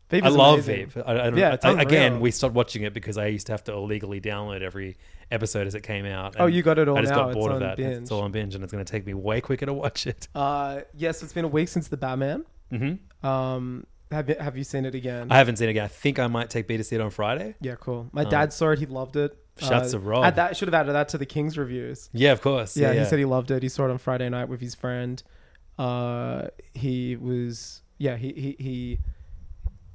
Vape
I
is
love
amazing.
Vape. I, I don't,
Yeah,
I-
it's
I- again,
unreal.
we stopped watching it because I used to have to illegally download every episode as it came out.
Oh,
and
you got it all
I just
now.
got
It's
bored
on
of that.
Binge.
It's all on binge, and it's going to take me way quicker to watch it.
Uh, yes, it's been a week since the Batman.
hmm
Um, have you, have you seen it again?
I haven't seen it again. I think I might take B to see it on Friday.
yeah, cool. My dad saw it. He loved it. Uh,
Shouts to Rob.
add that should have added that to the King's reviews.
Yeah, of course.
yeah, he said he loved it. He saw it on Friday night with his friend. Uh, he was yeah, he he he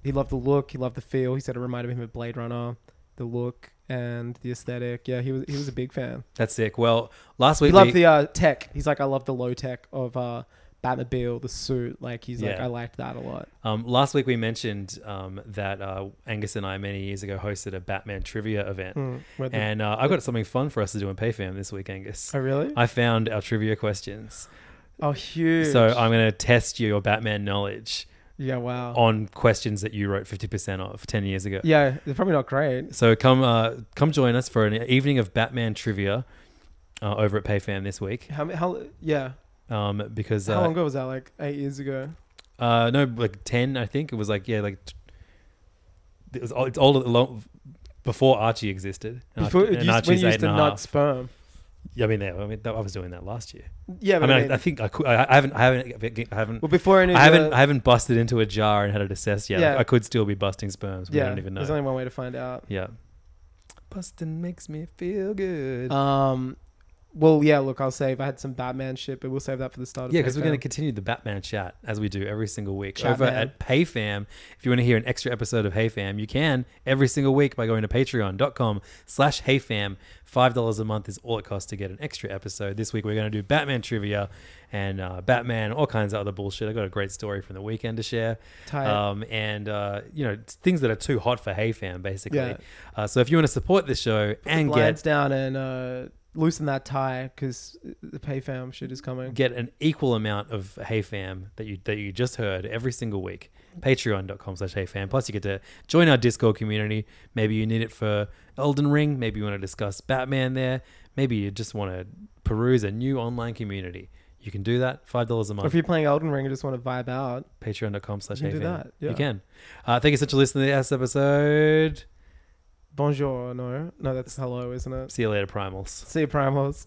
he loved the look. He loved the feel. He said it reminded him of Blade Runner, the look and the aesthetic. Yeah, he was he was a big fan.
that's sick. Well, last week
He loved
we-
the uh, tech. He's like, I love the low tech of uh, Batmobile, the suit. Like he's like,
Yeah.
I liked that a lot.
um, last week we mentioned um, that uh, Angus and I many years ago hosted a Batman trivia event,
where the-
and uh, I got something fun for us to do in PayFam this week, Angus.
Oh really?
I found our trivia questions,
oh huge.
so I'm Oh. going to test your Batman knowledge
yeah, wow.
on questions that you wrote 50 percent of 10 years ago.
yeah, they're probably not great.
So come uh, come join us for an evening of Batman trivia uh, over at PayFam this week,
How how yeah?
um, because
how
uh,
long ago was that? Like eight years ago.
Uh, no, like ten. I think it was like yeah, like t- it was. all- It's all long, before Archie existed. And
Before
Archie-
it
and
used, when
Archie's
you
eight
used to
and a
nut
half.
sperm.
Yeah, I mean, yeah, I mean, that, I was doing that last year.
Yeah,
I
but
mean, I, I think I could. I, I haven't. I haven't. I haven't.
well, before any, of
I haven't.
the-
I haven't busted into a jar and had it assessed yet.
Yeah.
I could still be busting sperms. We
yeah,
don't even know.
There's only one way to find out.
yeah. Busting makes me feel good.
Um, well, yeah. Look, I'll save. I had some Batman shit, but we'll save that for the start. of
Yeah, because we're
PayPal.
going to continue the Batman chat as we do every single week
Chat,
over
man.
at PayFam. If you want to hear an extra episode of HeyFam, you can every single week by going to patreon.com slash HeyFam. $5 a month is all it costs to get an extra episode. This week we're going to do Batman trivia and uh, Batman, all kinds of other bullshit. I got a great story from the weekend to share.
Tight.
Um, and, uh, you know, it's things that are too hot for HeyFam, basically.
Yeah.
Uh, so if you want to support this show and
blinds
get...
down and uh, loosen that tie because the PayFam shit is coming.
get an equal amount of Hey Fam that you that you just heard every single week. Patreon.com slash Hey Fam. Plus you get to join our Discord community. Maybe you need it for Elden Ring. Maybe you want to discuss Batman there. Maybe you just want to peruse a new online community. You can do that. Five dollars a
or if
month.
you're playing Elden Ring and just want to vibe out,
Patreon.com slash
You
Hey
can do
Fam.
that, yeah.
You can. Uh, thank you so much for listening to this episode.
bonjour. No, no, that's hello, isn't it?
See you later, Primals.
See you, primals.